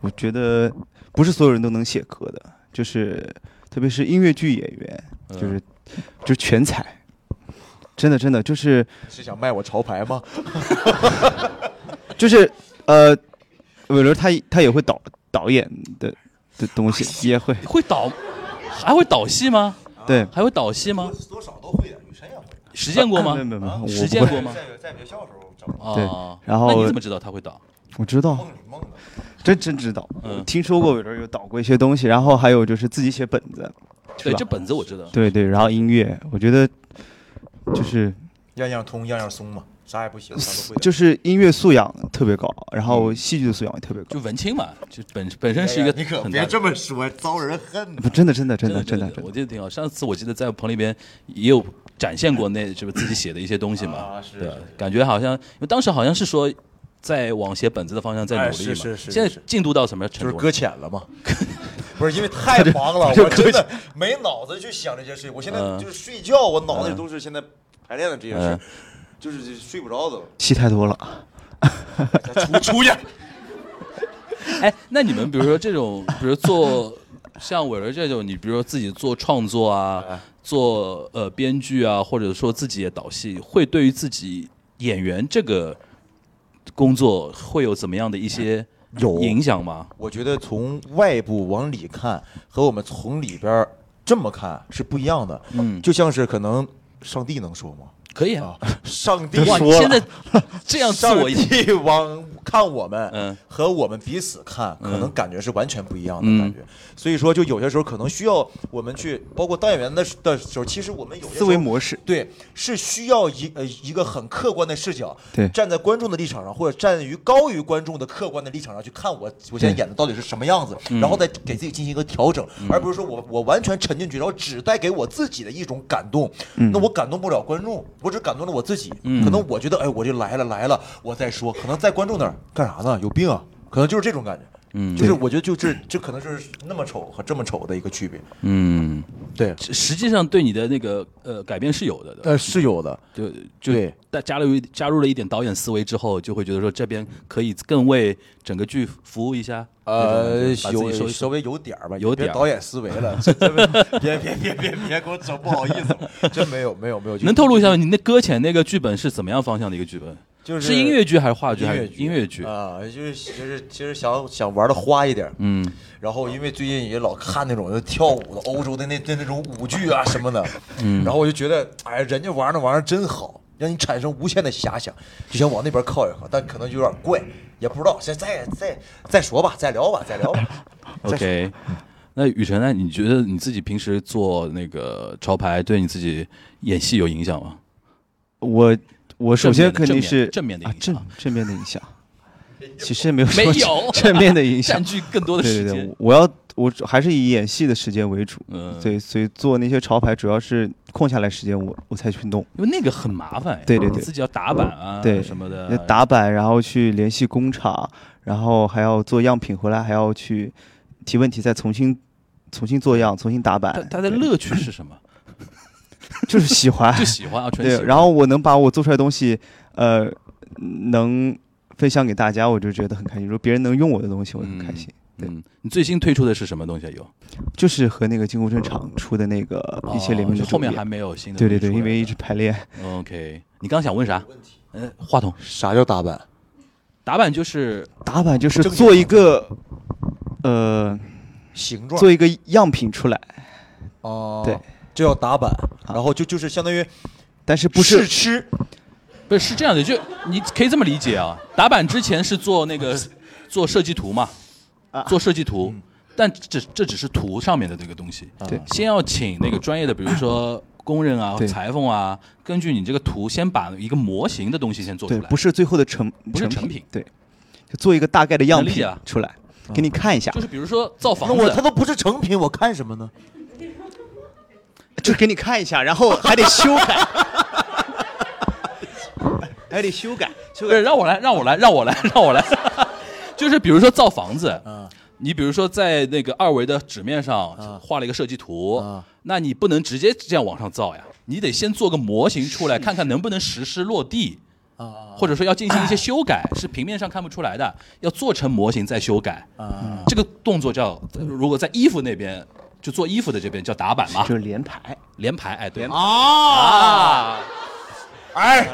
C: 我觉得不是所有人都能写歌的，就是特别是音乐剧演员，就是、
B: 嗯
C: 就是全才，真的真的就是
B: 是想卖我潮牌吗？
C: 就是呃，韦伦他他也会导导演的的东西，也会
A: 会导，还会导戏吗？
C: 对
A: 还会导戏吗？
B: 多少都会的，雨辰也会。
A: 实践过吗？
C: 啊没有没有没有我不会
A: 实践过吗？
B: 在在学校的时候找过
C: 对
A: 哦，
C: 然后
A: 那你怎么知道他会导？
C: 我知道，
B: 梦里梦的。
C: 真真知道，
A: 嗯
C: 听说过韦伦有导过一些东西，然后还有就是自己写本子，
A: 对，
C: 吧
A: 这本子我知道。
C: 对对，然后音乐，我觉得就是。
B: 样样通，样样松嘛，啥也不行，啥都会点。
C: 就是音乐素养特别高，然后戏剧的素养也特别高
A: 就。文青嘛，就本本身 (laughs) 是一个
B: 哎你可
A: 很大
B: 别
A: 的。
B: 这么说，招人恨
C: 不，真的，真的，真的，
A: 真
C: 真的，真
A: 我
C: 的，
A: 记得挺好。上次我记得在棚里边也有展现过那就是自己写的一些东西嘛，
B: 啊是
A: 对
B: 是
A: 感觉好像因为当时好像是说在往写本子的方向在努力嘛，
B: 哎是是是
A: 现在
B: 是是
A: 进度到什么程
B: 就
A: 度
B: 是
A: 了？
B: 搁浅了嘛。 (laughs) 不是因为太忙了，我真的 (laughs) 没脑子去想这些事情。我现在
A: 嗯
B: 就是睡觉，我脑子里都是现在排练的这些事
A: 嗯，
B: (laughs) 就是就睡不着的了。
C: 戏太多了。
B: (laughs) 出出去，
A: (laughs) 哎，那你们比如说这种，比如做像伟儿这种，你比如说自己做创作啊，做呃编剧啊，或者说自己也导戏，会对于自己演员这个工作会有怎么样的一些
B: 哎有
A: 影响吗？
B: 我觉得从外部往里看和我们从里边儿这么看是不一样的。
A: 嗯
B: 就像是可能上帝能说吗？
A: 可以啊
B: 啊，上帝
A: 哇，你
B: (laughs) 说
A: 现
B: 了
A: 在
B: (laughs)
A: 这样自我一
B: 上帝往看我们，
A: 嗯
B: 和我们彼此看，可能
A: 嗯
B: 感觉是完全不一样的
A: 嗯
B: 感觉。所以说，就有些时候可能需要我们去，包括当演员的时的时候，其实我们有些时
C: 思
B: 候
C: 维模式，
B: 对，是需要一呃一个很客观的视角，
C: 对
B: 站在观众的立场上，或者站于高于观众的客观的立场上去看我我现在演的到底是什么样子，
G: 嗯
B: 然后再给自己进行一个调整，而不是说我我完全沉进去，然后只带给我自己的一种感动，
G: 嗯
B: 那我感动不了观众，我只感动了我自己，可能我觉得哎我就来了来了，我再说，可能在观众那儿干啥呢？有病啊？可能就是这种感觉。
A: 嗯
B: 就是我觉得就这这可能是那么丑和这么丑的一个区别。
A: 嗯，
G: 对，
A: 实际上对你的那个呃改变是有的的，
G: 呃，是有的，
A: 就就
G: 对
A: 但加入一加入了一点导演思维之后，就会觉得说这边可以更为整个剧服务一下。
B: 呃
A: 那种，感觉把自己收
B: 有
A: 一
B: 稍
A: 收
B: 微有点儿吧，
A: 有点儿
B: 别导演思维
A: (laughs)
B: 了，真的别别别别别给我整不好意思了，真没有没有没有，就
A: 能透露一下吗你那搁浅那个剧本是怎么样方向的一个剧本？
B: 就是
A: 音乐剧还是话剧？还是音
B: 音
A: 乐剧。
B: 啊，就是其实其实想想玩的花一点儿，
A: 嗯，
B: 然后因为最近也老看那种跳舞的欧洲的那那那种舞剧啊什么的，嗯， (laughs) 然后我就觉得，哎呀，人家玩那玩意儿真好，让你产生无限的遐想，就想往那边靠一靠，但可能就有点怪，也不知道，先再再再说吧，再聊吧，再聊吧。
A: (laughs) OK，那雨辰呢？你觉得你自己平时做那个潮牌，对你自己演戏有影响吗？
C: 我我首先肯
A: 正面的
C: 定是
A: 正面的
C: 啊
A: 影响
C: 正正面的影响，
A: (laughs)
C: 其实也没有什
A: 没
C: 么
A: 有
C: 正面的
A: (laughs)
C: 影响
A: 占，据更多的
C: 对
A: 时
C: 对
A: 间
C: 对，。我要我还是以演戏的时间为主，
A: 嗯
C: 对，所以做那些潮牌主要是空下来时间我我才去弄，
A: 因为那个很麻烦呀，
C: 对对对
A: 你自己要打板啊，
C: 对
A: 什么
C: 那
A: 的，
C: 打板，然后去联系工厂，然后还要做样品回来，还要去提问题，再重新重新做样，重新打
A: 它
C: 板，
A: 它的
C: 对
A: 乐趣是什么？
C: 就是喜欢，
A: (laughs) 就喜欢啊，纯喜
C: 对，
A: 欢。
C: 然后我能把我做出来的东西，呃，能分享给大家，我就觉得很开心。如果别人能用我的东西，我很开心。对
A: 嗯，你最新推出的是什么东西啊？有
C: 就是和那个金湖镇厂出的那个一切联名的
A: 哦后
C: 周
A: 面
C: 边
A: 还没有新的
C: 对
A: 东
C: 对
A: 西
C: 对，
A: 出来
C: 因为一
A: 的
C: 直排练，
A: OK。你刚想问啥？嗯，话筒
B: 啥叫打板？
A: 打板就是
C: 打板就是
B: 正经
C: 做一个，呃，
B: 形状
C: 做一个样品出来，
B: 哦，
C: 对，
B: 这叫打板，然后就就是相当于
C: 但是不
B: 试
C: 是
B: 吃，
A: 不是是这样的，就你可以这么理解啊。打板之前是做那
B: (laughs)
A: 个做设计图嘛，
B: 啊
A: 做设计图，
B: 嗯
A: 但这这只是图上面的这个东西。
B: 啊
C: 对
A: 先要请那个专业的，比如
B: 嗯
A: 说工人啊、
C: 对
A: 裁缝啊，根据你这个图先把一个模型的东西先做出
C: 对，
A: 来。
C: 不是最后的成
A: 不是成品
C: 品，对，就做一个大概的样
A: 能理解
C: 品
A: 啊哦
C: 出来，给你看一下
A: 就，是比如说造
B: 那
A: 房
B: 我它
A: 子，
B: 都不是成品，我看什么呢？
C: 就给你看一下，然后还得修改， (laughs) 还得修改，修
A: 对，让我来，让我来，让我来，让我来， (laughs) 就是比如说造房子，
B: 嗯
A: 你比如说在那个二维的纸面上画了一个设计图，
B: 嗯
A: 那你不能直接这样往上造呀，你得先做个模型出来，看看能不能实施落地。
B: 啊
A: 或者说要进行一些修改，是平面上看不出来的，要做成模型再修改。
B: 啊
A: 嗯这个动作叫，如果在衣服那边就做衣服的这边叫打板嘛
C: 就，是连排。
A: 连排，哎，对，
B: 啊，哎，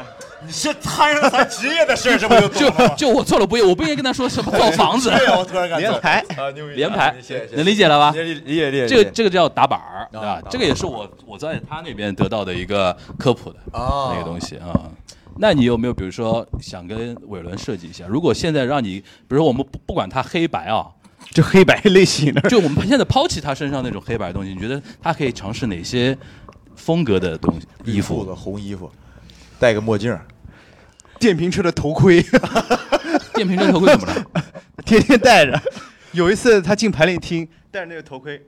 B: 你是摊上咱职业的事儿，这不就
A: 就就我错了，不也我不应该跟他说什么造房子，
B: (laughs) 对，我突然感觉
C: 连排
B: 啊，牛逼
A: 连排
B: 啊谢谢，谢谢
A: 能理解了吧？
B: 理解理解理解
A: 这个这个叫打板儿，对
B: 啊
A: 吧
B: 打？板
A: 这个也是我我在他那边得到的一个科普的
B: 哦
A: 那个东西啊。那你有没有比如说想跟伟伦设计一下？如果现在让你，比如说我们不不管他黑白
B: (laughs)
A: 啊，
C: 就黑白 (laughs) 类型的，
A: 就我们现在抛弃他身上那种黑白的东西，你觉得他可以尝试哪些风格的东西衣
G: 裤
A: 服？
G: 子红衣服，
B: 戴个墨镜儿，
C: 电瓶车的头盔，
A: 电瓶车头盔怎么了？
B: (laughs)
C: 天天戴着。有一次他进排练厅，戴着那个头盔，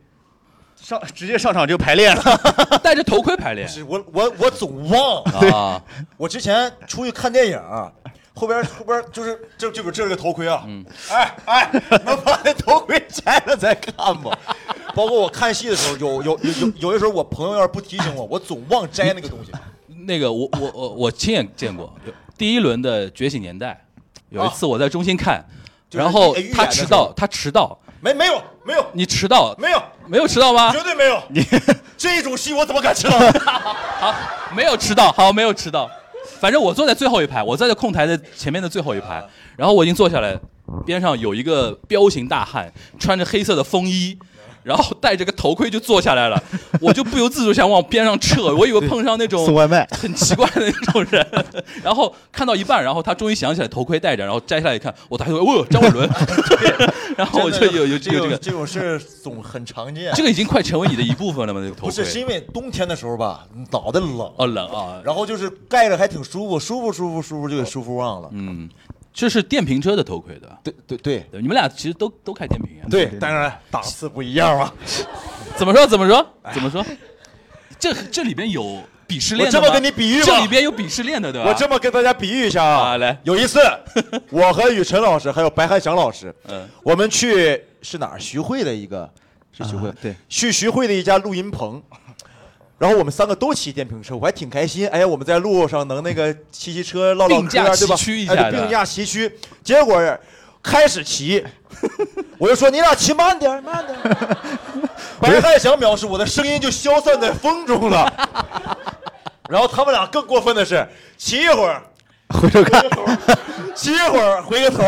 C: 上直接上场就排练了。
A: 戴着头盔排练
B: 是我我我总忘，
A: 啊？
B: 我之前出去看电影儿。后边后边就是这这边这是个头盔啊，
C: 嗯
B: 哎 (laughs) 哎，能把那头盔摘了再看吧。包括我看戏的时候，有有有有有的时候我朋友要是不提醒我，我总忘摘那个东西。
A: 那个我我我我亲眼见过，有第一轮的《觉醒年代》，有一次我在中心看，
B: 就是哎
A: 然后
B: 预演的
A: 他迟
B: 时
A: 到
B: 候，
A: 他迟到，
B: 没没有没有
A: 你迟到
B: 没有，
A: 没有迟到吗？
B: (laughs) 绝对没有。你这种戏我怎么敢
A: (laughs)
B: 知道？
A: 好，没有迟到，好，没有迟到。反正我坐在最后一排，我坐在控台的前面的最后一排，然后我已经坐下来，边上有一个彪形大汉，穿着黑色的风衣，然后戴着个头盔就坐下来了，我就不由自主想往边上撤，我以为碰上那种
C: 送外卖
A: 很奇怪的那种人，然后看到一半，然后他终于想起来头盔戴着，然后摘下来一看，我抬头，哦，张伟
B: (laughs)
A: 伦，对然后我就有有这
B: 这
A: 个这个，
B: 这种事总很常见。
A: 这个已经快成为你的一部分了吗？那个头盔
B: 不是是因为冬天的时候吧，脑袋冷，
A: 哦冷啊，
B: 然后就是盖着还挺舒服，舒服舒服舒服就给舒服忘了。
A: 嗯，这是电瓶车的头盔对吧？
B: 对对对
A: 对，你们俩其实都都开电瓶啊？，
B: 对，当然档次不一样嘛。啊哎
A: 怎么说？怎么说？怎么说？这这里边有鄙视链的
B: 我这
A: 吗？
B: 么跟你比喻吧
A: 这里边有鄙视链的，对吧？
B: 我这么跟大家比喻一下啊，
A: 啊来
B: 有
A: (laughs)
B: 一次我和雨辰老师还有白汉祥老师，
A: 嗯
B: 我们去是哪儿？徐汇的一个，是徐汇、
C: 啊对，
B: 去徐汇的一家录音棚。然后我们三个都骑电瓶车，我还挺开心。哎呀，我们在路上能那个骑骑车唠唠
A: 并
B: 嗑
A: 驾
B: 啊，对吧？
A: 齐驱一
B: 哎
A: 下
B: 对
A: 的
B: 并驾齐驱。结果开始骑，我就说你俩骑慢点儿，慢
A: (laughs)
B: 点儿。白汉祥表示我的声音就消散在风中了。然后他们俩更过分的是，骑一会儿，
C: (laughs) 回头看，
B: 骑一会儿回个头，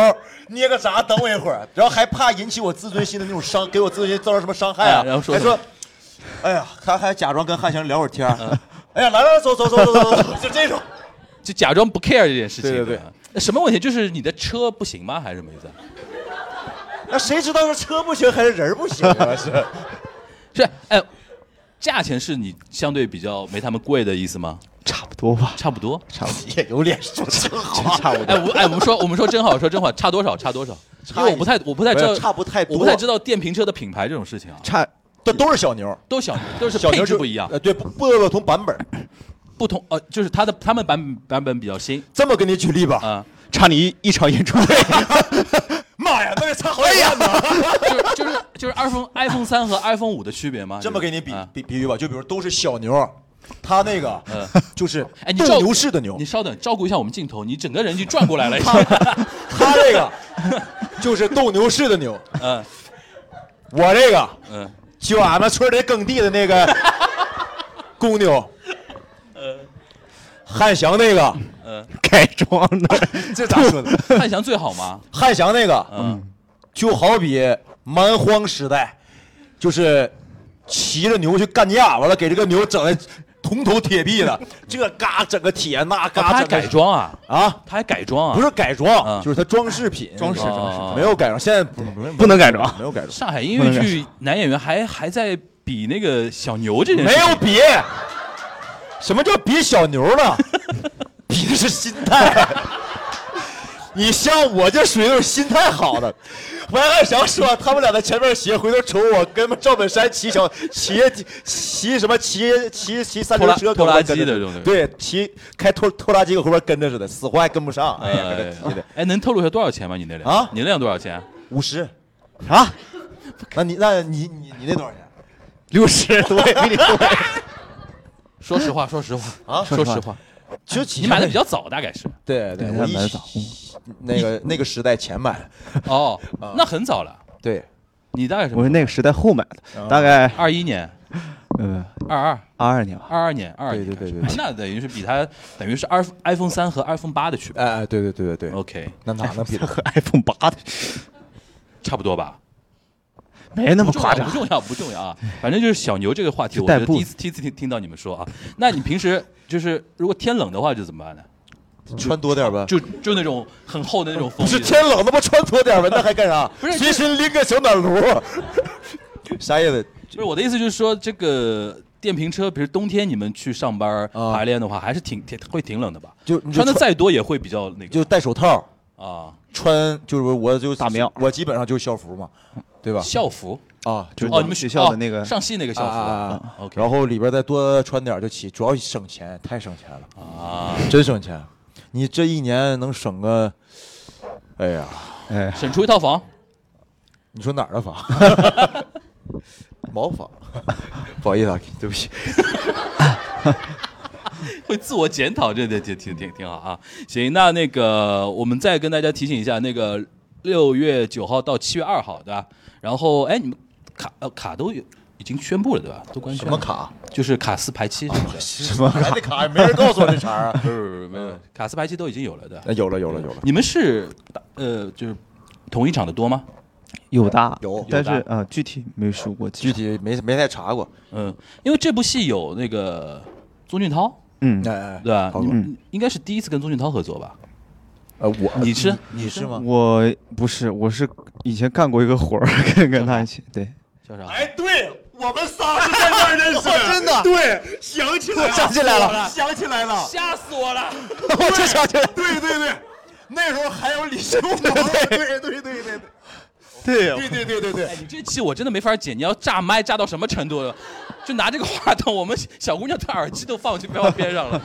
B: 捏个闸，等我一会儿，然后还怕引起我自尊心的那种伤，给我自尊心造成什么伤害啊？
A: 哎然后说
B: 还
A: 什么
B: 说，哎呀，他还假装跟汉翔聊会儿天儿，哎呀，来来，走走走走走走，就这种。
A: 就假装不 care 这件事情。
B: 对对对
A: 对，什么问题？就是你的车不行吗？还是什么意思啊？
B: 那谁知道是车不行还是人不行啊？是，
A: 是哎，价钱是你相对比较没他们贵的意思吗？
C: 差不多吧，
A: 差不多。
C: 差不多，
B: 也有脸说真话，
C: 差不
A: 哎，
C: 多。
A: 我哎，我们说我们说真好，说真话，差多少？差多少？因
B: 差一
A: 为我不太我不太知
B: 不
A: 道，
B: 是差不太多
A: 我不太知道电瓶车的品牌这种事情啊，
C: 差
B: 这 (laughs) 都是小牛，
A: 都小都是
B: 小
A: 配
B: 牛
A: 置
B: 就
A: 不一样，
B: 呃，对，不不不同版本。
A: 不同呃，就是它的他们版本版本比较新
B: 这么跟你举例吧，
A: 啊，
C: 差你一一场演出费，
B: 妈啊哎呀，那得差好几万呢。
A: 就是就是就是 iPhone iPhone 三和 iPhone 五的区别吗？
B: 这么给你比
A: 啊
B: 比比喻吧，就比如都是小牛，他那个就是
A: (laughs) 哎，你照
B: 斗牛士的牛
A: 你，稍等，照顾一下我们镜头，你整个人就转过
B: (laughs)
A: 来了一下，
B: 他这个就是斗牛士的牛，
A: 嗯
B: 我这个
A: 嗯，
B: 就俺们村里耕地的那 (laughs) 个公牛，呃汉翔那个，
C: 改装的。
B: 这咋说的？
A: 汉翔最好吗？
B: (laughs) 汉翔那个
A: 嗯，
B: 就好比蛮荒时代，就是骑着牛去干架，完了给这个牛整的铜头铁臂的， (laughs) 哦这嘎整个铁，那
A: 他
B: 嘎
A: 还
B: 整个
A: 改装啊，
B: 啊。
A: 他还改装啊，
B: 不是改装，
A: 嗯
B: 就是它装饰品，
C: 装饰
A: 哦装饰
B: 没有改装，现在不没有
C: 不能改装
B: 没有改装，
A: 上海音乐剧男演员还还在比那个小牛这件事
B: (laughs) 没
A: 情，
B: 有比，什么叫比小牛呢？ (laughs) 比的是心态。 (laughs) 你像我就属于那种心态好的，白汉祥说他们俩在前面骑，回头瞅我跟赵本山骑小 (laughs) 骑骑什么骑骑骑三轮车，
A: 拖拉
B: 跟我跟
A: 拖拉
B: 着
A: 机的这种
B: 对，骑开拖拖拉机搁后边跟着似的，死活还跟不上，哎呀，跟
A: 哎
B: 着骑的。
A: 哎，能透露一下多少钱吗？你那辆
B: 啊
A: 你那辆多少钱？
B: 五十，
C: 啊，
B: (laughs) 那你那你你你那多少钱？
C: 六十多也比你多。
A: 说实话，说实话
B: 啊
A: 说
C: 说
A: 实
C: 实
A: 话，
B: (laughs) 其实骑
A: 你买的比较
B: (laughs)
A: 早，大概是
B: 对对，
C: 对
B: 我
C: 他买
B: 一
C: 的早
B: 那个那个时代前买的，
A: 哦，
B: 啊
A: 那很早了。
B: 对，
A: 你大概什
C: 我
A: 么时候？
C: 是那个时代后买的，大概
A: 二一年、
C: 嗯
A: 二二、
C: 二二年吧。
A: 二二年、二二年
B: 对对对
A: 开始买那等于是比它等于是 i iPhone 三和 iPhone 八的区别。
B: 哎哎，对对对对对，
A: OK，
B: 那哪
A: (laughs)
B: 能比得？
C: 和 iPhone 八的
A: 差不多吧。
C: 没那么
A: 不重要
C: 夸张
A: 不。重要，不重要啊。反正就是小牛这个话题，
C: 就
A: 我觉
C: 代
A: 得
C: 步
A: 第一次第一次听听到你们说啊。那你平时就是如果天冷的话，就怎么办呢？
B: 穿多点吧。
A: 就就那种很厚的那种风
B: 不是
A: 衣。
B: 天冷，他妈穿多点吧？那还干啥？
A: 不是
B: 随身拎个小暖炉， (laughs) 啥意思？
A: 就是我的意思就是说，这个电瓶车，比如冬天你们去上班
B: 啊
A: 排练的话，还是挺挺会挺冷的吧？
B: 就你就
A: 穿的
B: 穿
A: 再多也会比较那个
B: 就戴手套，
A: 啊，
B: 穿就是我就
C: 大棉袄
B: 我基本上就是校服嘛，对吧？
A: 嗯校服
B: 啊，就
C: 就是
A: 哦，
C: 我
A: 你们
C: 们学校的那
A: 哦
C: 个
A: 上戏那个校
B: 啊
A: 服
B: 啊
A: 啊
B: 啊
A: OK
B: 然后里边再多穿点就起，主要省钱，太省钱了，
A: 啊，
B: 真省钱。你这一年能省个，哎呀，
C: 哎，
A: 省出一套房，
B: 你说哪儿的 (laughs) 房？毛 (laughs) 房。不好意思啊，对不起。
A: (laughs) 会自我检讨，这这挺挺挺挺好啊。行，那那个我们再跟大家提醒一下，那个六月九号到七月二号，对吧？然后哎，你们卡呃卡都有已经宣布了，对吧？都官宣
B: 什么？卡？哦
A: 就是卡斯排期是不是？
B: 什么卡？的卡？没人告诉我这茬儿 (laughs) 啊。嗯
A: 不是不是不是，卡斯排期都已经有了的。
B: 哎有了，有了，有了。
A: 你们是打呃，就是同一场的多吗？
C: 有的
B: 有
C: 但是
A: 有
C: 啊，具体没数过。
B: 具，体没没太查过。
A: 嗯，因为这部戏有那个宗俊涛，
C: 嗯，
B: 哎哎，
A: 对吧？
B: 好
A: 你
B: 吧
A: 们应该是第一次跟宗俊涛合作吧？
B: 呃，我
A: 你是
B: 你是吗？
C: 我不是，我是以前干过一个活儿，跟跟他一起，对，
A: 叫啥？
D: 哎，对我们仨是在那儿认识
B: (laughs)
D: 的，
B: 真的
D: 对，想起来了，
B: 想起来了
D: 想起来了，
A: 吓死我了！
B: (laughs) 我就想 (laughs) 起来，
D: 对对对，那时候还有李秀萌，对对对对对
B: 对
D: (laughs) 对对对对对，
A: 哎，你这期我真的没法剪，你要炸麦炸到什么程度了？就拿这个话筒，我们小姑娘的耳机都放去边边上了。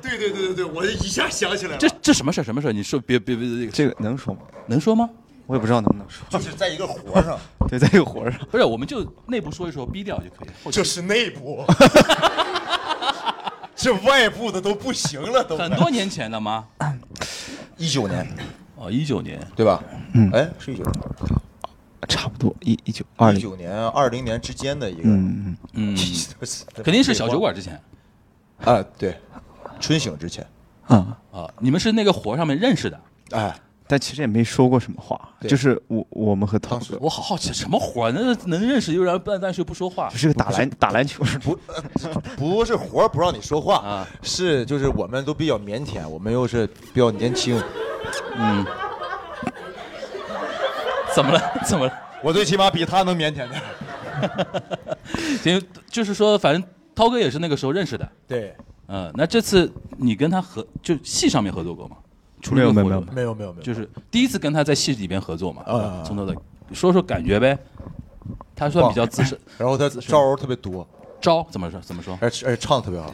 D: 对对对对对，我就一下想起来
A: (laughs)
D: 了，
A: 这这什么事儿？什么事儿？你说别别别，
C: 这个能说吗？
A: 能说吗？
C: 我也不知道能不能说。
B: 就是在一个活上，
C: 对， (laughs) 在这个活儿上，
A: 不是，我们就内部说一说，逼掉就可以。后期
D: 这是内部，
B: 这外部的都不行了，都
A: 很多年前的吗？
B: 一九年
A: (laughs) 哦，一九年。
B: 对吧？嗯，哎，是一九年，
C: 差不多一一九二
B: 一
C: 零，
B: 九年二零年之间的一个，
C: 嗯，
B: (laughs)
A: 嗯，肯定是小酒馆之前
B: 啊，对，春醒之前，
C: 嗯啊，
A: 啊。你们是那个活上面认识的？
B: 哎，
C: 但其实也没说过什么话，
B: 对
C: 就是我我们和涛哥
A: 我好好奇，什么活？那能认识又然半半岁不说话
C: 就？是个打篮打篮球，
B: 不，呃不是活儿不让你说话
A: 啊
B: 是就是我们都比较腼腆，我们又是比较年轻，
A: 怎么了？怎么了？
B: 我最起码比他能腼腆点儿。
A: 行，就是说，反正涛哥也是那个时候认识的。
B: 对，
A: 嗯，那这次你跟他合就戏上面合作过吗？除了
C: 没有
A: 这个
C: 没有
A: 活动
C: 没
B: 没有没有没有，
A: 就是第一次跟他在戏里边合作嘛。
B: 啊
A: 从头到尾说说感觉呗。他算比较资深，
B: 然后他招儿特别多，
A: 招怎么说？怎么说？
B: 而且而且唱得特别好，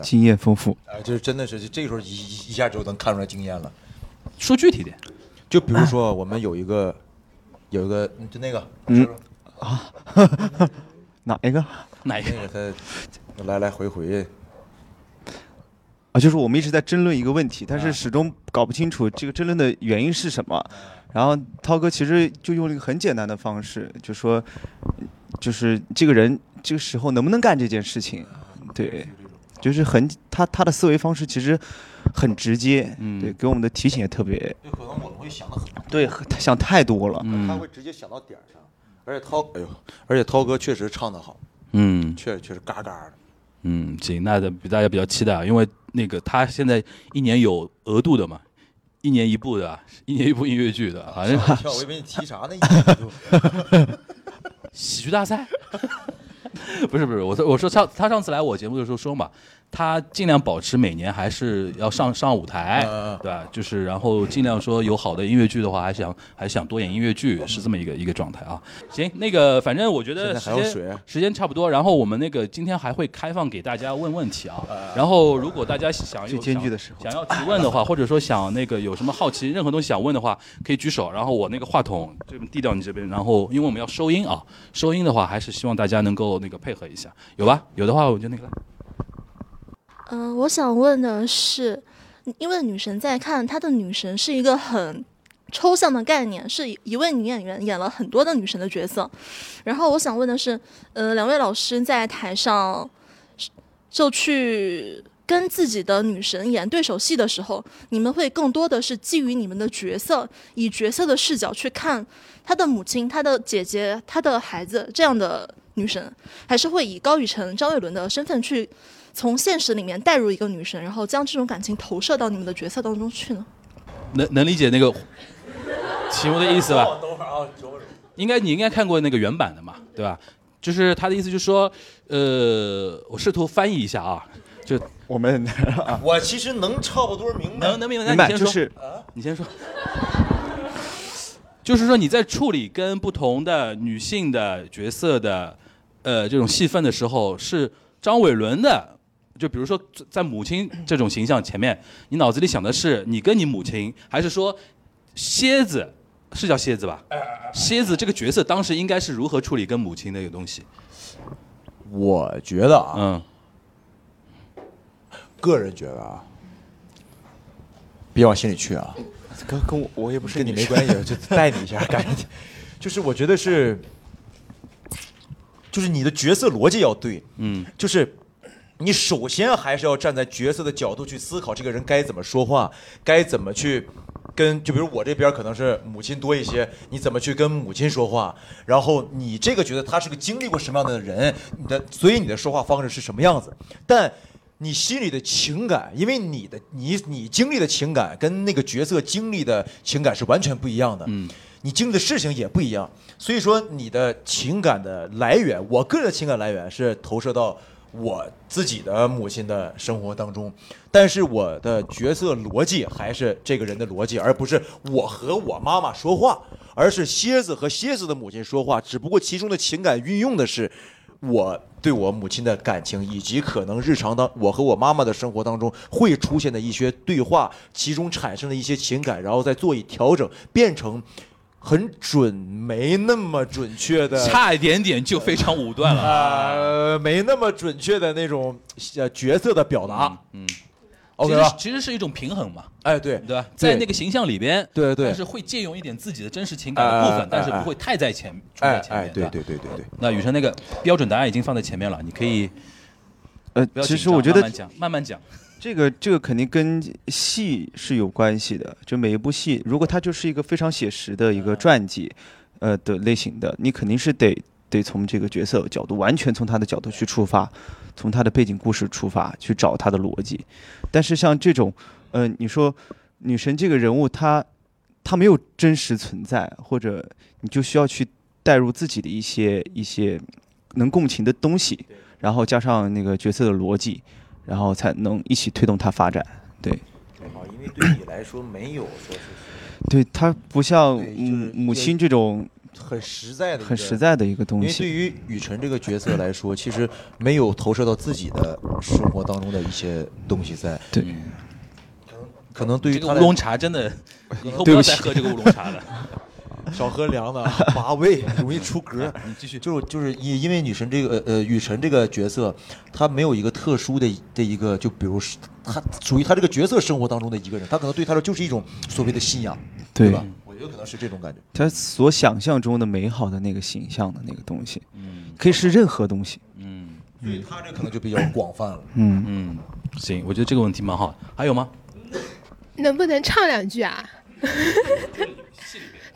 C: 经验丰富，
A: 啊
B: 哎，就是真的是这个时候一一一下就能看出来经验了。
A: 说具体点。
B: 就比如说我们有一个有一个嗯就那个
C: 嗯哪一个啊？
A: 哪一个？
B: 那个他来来回回，
C: 啊就是我们一直在争论一个问题，
A: 啊
C: 但是始终搞不清楚这个争论的原因是什么。然后涛哥其实就用了一个很简单的方式，就说，就是这个人这个时候能不能干这件事情，对，就是很他他的思维方式其实很直接，
A: 嗯
C: 对，给我们的提醒也特别
B: 就可能我们会想的很
C: 对，他想太多
A: 嗯
C: 了，
B: 他会直接想到点儿上，而且涛，哎呦，而且涛哥确实唱得好，
A: 嗯
B: 确实确实嘎嘎的。
A: 嗯，行，那咱大家比较期待，啊，因为那个他现在一年有额度的嘛，一年一部的啊，一年一部音乐剧的，啊反正
B: 跳，我以为你提啥呢？一眼就
A: 喜剧大赛。 (laughs) 不是不是，我说我说上他上次来我节目的时候说嘛，他尽量保持每年还是要上上舞台，
B: 嗯嗯
A: 对吧？就是然后尽量说有好的音乐剧的话，还想还想多演音乐剧，是这么一个一个状态啊。行，那个反正我觉得
B: 现在
A: 时
B: 还有水
A: 间
B: 啊
A: 时间差不多，然后我们那个今天还会开放给大家问问题啊。
B: 呃
A: 然后如果大家想有
C: 最艰巨的时候
A: 想要提问的话，或者说想那个有什么好奇，任何东西想问的话，可以举手，然后我那个话筒这边递到你这边，然后因为我们要收音啊，收音的话还是希望大家能够那个配合一下，有吧？有的话我就那个
H: 嗯、我想问的是，因为女神在看，她的女神是一个很抽象的概念，是一位女演员演了很多的女神的角色。然后我想问的是，呃，两位老师在台上就去跟自己的女神演对手戏的时候，你们会更多的是基于你们的角色，以角色的视角去看她的母亲、她的姐姐、她的孩子这样的女神，还是会以高雨晨、张伟伦的身份去从现实里面带入一个女神，然后将这种感情投射到你们的角色当中去呢？
A: 能能理解那个题目的意思吧？
B: 等会儿啊，等会儿。
A: 应该你应该看过那个原版的嘛，对吧？就是他的意思，就是说，呃，我试图翻译一下啊，就
C: 我们啊，
B: 我其实能差不多明白
A: 能，能明白？(laughs)
C: 明
A: 那
C: 白
A: 你先
C: 就
A: 说，
C: 是
A: 你先说。 (laughs) 就是说你在处理跟不同的女性的角色的，呃，这种戏份的时候，是张伟伦的，就比如说在母亲这种形象前面，你脑子里想的是你跟你母亲，还是说蝎子是叫蝎子吧？蝎子这个角色当时应该是如何处理跟母亲的一个东西？
B: 我觉得啊，
A: 嗯，
B: 个人觉得啊，别往心里去啊，
C: 跟跟我我也不是
B: 跟你没关系，就带你一下，感
C: (laughs)
B: 觉就是我觉得是，就是你的角色逻辑要对，嗯，就是。你首先还是要站在角色的角度去思考，这个人该怎么说话，该怎么去跟，就比如我这边可能是母亲多一些，你怎么去跟母亲说话？然后你这个觉得他是个经历过什么样的人，你的所以你的说话方式是什么样子？但你心里的情感，因为你的你你经历的情感跟那个角色经历的情感是完全不一样的，嗯，你经历的事情也不一样，所以说你的情感的来源，我个人的情感来源是投射到我自己的母亲的生活当中，但是我的角色逻辑还是这个人的逻辑，而不是我和我妈妈说话，而是蝎子和蝎子的母亲说话，只不过其中的情感运用的是。我对我母亲的感情，以及可能日常当我和我妈妈的生活当中会出现的一些对话，其中产生的一些情感，然后再做一调整，变成很准，没那么准确的
A: 差一点点就非常武断了。嗯
B: 呃，没那么准确的那种呃角色的表达。
A: 嗯，其
B: OK
A: 实
B: 吧？
A: 其实是一种平衡嘛，
B: 哎，对，
A: 对吧？
B: 对
A: 在那个形象里边，
B: 对对
A: 但是会借用一点自己的真实情感的部分
B: 哎，
A: 但是不会太在前冲
B: 哎
A: 在前
B: 哎，
A: 面。
B: 对
A: 吧
B: 对对对对，
A: 那雨辰那个标准答案已经放在前面了，你可以
C: 呃
A: 不，要
C: 其
A: 紧
C: 实
A: 张
C: 我觉得
A: 慢慢讲，慢慢讲。
C: 这个这个肯定跟戏是有关系的，就每一部戏，如果它就是一个非常写实的一个传记，呃的类型的，你肯定是得得从这个角色角度，完全从他的角度去出发，从他的背景故事出发去找他的逻辑。但是像这种，呃，你说女神这个人物，她她没有真实存在，或者你就需要去带入自己的一些一些能共情的东西，然后加上那个角色的逻辑。然后才能一起推动它发展。对，
B: 好，哦因为对你来说没有说是
C: 对，它不像
B: 对就是
C: 母母亲这种
B: 很实在的，
C: 很实。在的一个
B: 因
C: 东
B: 为对
C: 西。
B: 于雨辰这个角色来说， (laughs) 其实没有投射到自己的生活当中的一些东西在，
C: 对，
B: 可能对于
A: 这个
B: 他
A: 乌
B: 来
A: 龙茶真
B: (laughs)
A: 的，以后不
C: 对
A: 要
C: 不
A: 再
C: 起
A: 喝这个乌龙茶了。
B: 少喝凉的， (laughs) 乏味，容易
A: (laughs)
B: 出格。
A: 哎你继续。
B: 就是就是因因为女神这个呃呃雨辰这个角色，她没有一个特殊的的一个，就比如是她属于她这个角色生活当中的一个人，她可能对她来说就是一种所谓的信仰，
C: 对
B: 吧？我觉得可能是这种感觉。
C: 他所想象中的美好的那个形象的那个东西，
B: 嗯
C: 可以是任何东西。
A: 嗯
B: 所以她这可能就比较广泛了。
C: 嗯，
A: 嗯，行，我觉得这个问题蛮好。还有吗？
I: 能不能唱两句啊？ (laughs)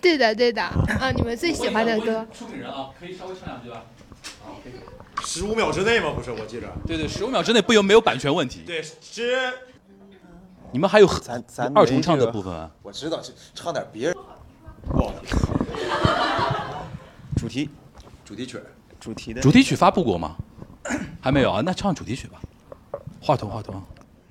I: 对的，对的，啊，你们最喜欢的歌，
A: 出品人啊，可以稍微唱两句吧。
D: 十五秒之内吗？不是，我记着。
A: 对对，十五秒之内不由没有版权问题。
D: 对，之
A: 你们还有
B: 咱咱
A: 二重唱
B: 没
A: 的
B: 这个
A: 部分啊？
B: 我知道，唱点别人
A: (laughs)
C: 主题
B: 主题曲。
C: 主题的
A: 主题曲发布过吗？ (coughs) 还没有啊，那唱主题曲吧。话筒，话筒啊。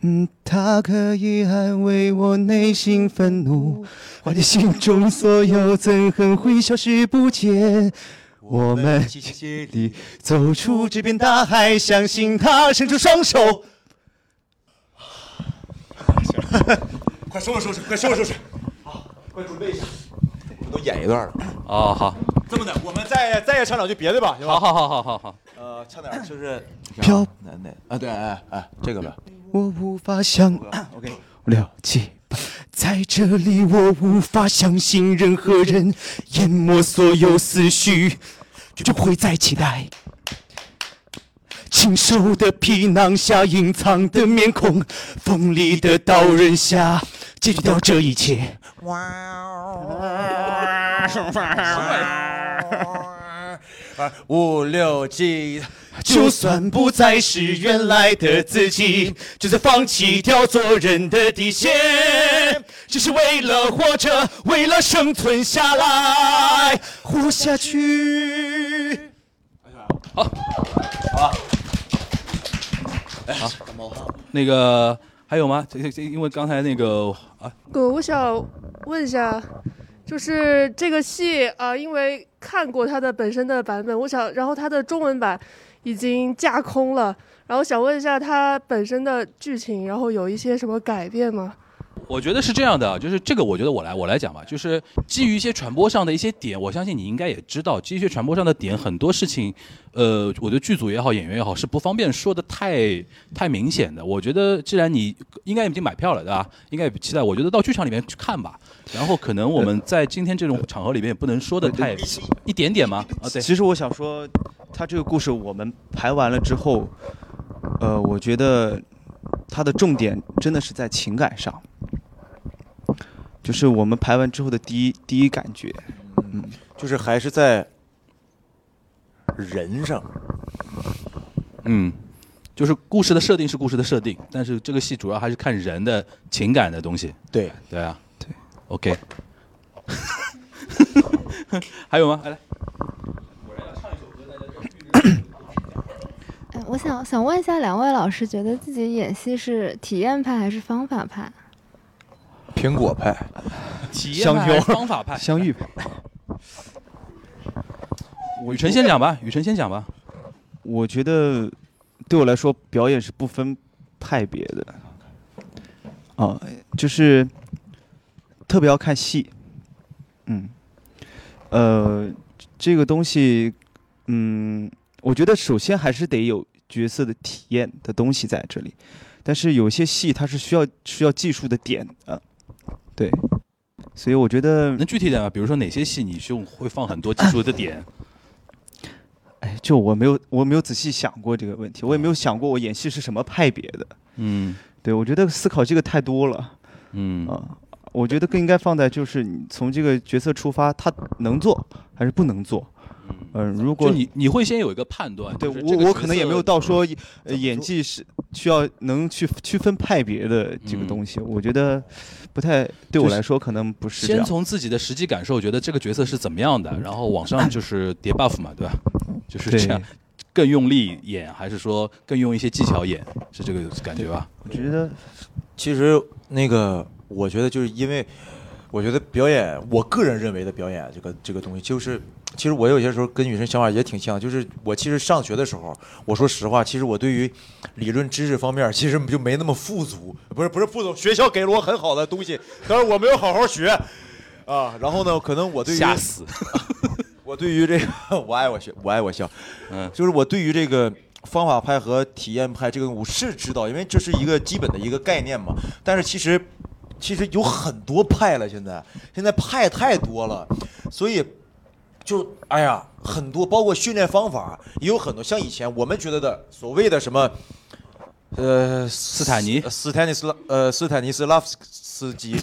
C: 嗯，它可以安慰我内心愤怒，化解心中所有憎恨会消失不见。我们
B: 谢谢
C: 地走出这片大海，相信它，伸出双手。
D: 快收拾收拾，快收拾收拾。
B: 我都演一段了。
A: 哦，好，
D: 这么的，我们再再也唱两句别的吧，行吧？
A: 好，好，好，好，好，好。
B: 呃，唱点就是
C: 飘
B: 哪哪啊？对，哎哎，这个吧。
C: 我无法想，OK，六七八，在这里我无法相信任何人，淹没所有思绪，就不会再期待。禽兽的皮囊下，隐藏的面孔，锋利的刀刃下，解决掉这一切。
B: 五六七，
C: 就算不再是原来的自己，就算放弃掉做人的底线，只是为了活着，为了生存下来，活下去。
A: 那个还有吗？这这这，因为刚才那个啊，
J: 哥，我想问一下，就是这个戏啊、呃因为看过它的本身的版本，我想，然后它的中文版已经架空了，然后想问一下它本身的剧情，然后有一些什么改变吗？
A: 我觉得是这样的，啊就是这个，我觉得我来我来讲吧，就是基于一些传播上的一些点，我相信你应该也知道，基于一些传播上的点，很多事情，呃，我觉得剧组也好，演员也好，是不方便说的太太明显的。我觉得既然你应该已经买票了，对吧？应该也不期待，我觉得到剧场里面去看吧。然后可能我们在今天这种场合里面也不能说的太一点点吗？啊，对，
C: 其实我想说，他这个故事我们排完了之后，呃，我觉得他的重点真的是在情感上，就是我们排完之后的第一第一感觉。
B: 就是还是在人上。
A: 嗯，就是故事的设定是故事的设定，但是这个戏主要还是看人的情感的东西。
B: 对，
A: 对啊，对，OK。还有吗？哎来，
K: 嗯，我想想问一下，两位老师觉得自己演戏是体验派还是方法派？
B: 苹果派。
A: 体
C: 验派还是
A: 方法派。
C: 相遇，
A: 雨辰先讲吧，雨辰先讲吧。
C: 我觉得对我来说，表演是不分派别的，啊，就是特别要看戏，嗯，呃，这个东西，嗯，我觉得首先还是得有角色的体验的东西在这里，但是有些戏它是需要需要技术的点的，对，所以我觉得
A: 能具体点吗？比如说哪些戏你是用会放很多技术的点？
C: 哎，就我没有，我没有仔细想过这个问题，我也没有想过我演戏是什么派别的。
A: 嗯
C: 对，我觉得思考这个太多了
A: 嗯
C: 啊、我觉得更应该放在就是你从这个角色出发，他能做还是不能做。嗯、如
A: 就
C: 果
A: 你你会先有一个判断，
C: 对
A: 就是
C: 我
A: 这个
C: 我
A: 角
C: 可能也
A: 色
C: 没有到说呃演技是需要能去区分派别的这个
A: 嗯
C: 东西，我觉得不太对
A: 就
C: 我
A: 是
C: 来说可能不是这
A: 先
C: 样。
A: 从自己的实际感受，觉得这个角色是怎么样的，然后往上就是叠 buff 嘛，对吧？就是
C: 对
A: 这样，更用力演，还是说更用一些技巧演，是这个感觉吧？
C: 我觉得
G: 其实那个
B: 我觉得就是因为，我觉得表演，我个人认为的表演这个这个东西，就是其实我有些时候跟女生想法也挺像，就是我其实上学的时候，我说实话，其实我对于理论知识方面其实就没那么富足，不是不是富足，学校给了我很好的东西，但是我没有好好学啊。然后呢，可能我对于
A: 吓死！
B: 我对于这个， (laughs) 我爱我学，我爱我笑，
A: 嗯
B: 就是我对于这个方法派和体验派这个我是知道，因为这是一个基本的一个概念嘛。但是其实其实有很多派了，现在现在派太多了，所以就哎呀，很多包括训练方法也有很多，像以前我们觉得的所谓的什么。呃，斯
A: 坦尼
B: 斯坦尼斯拉，呃，斯坦尼斯拉夫斯基，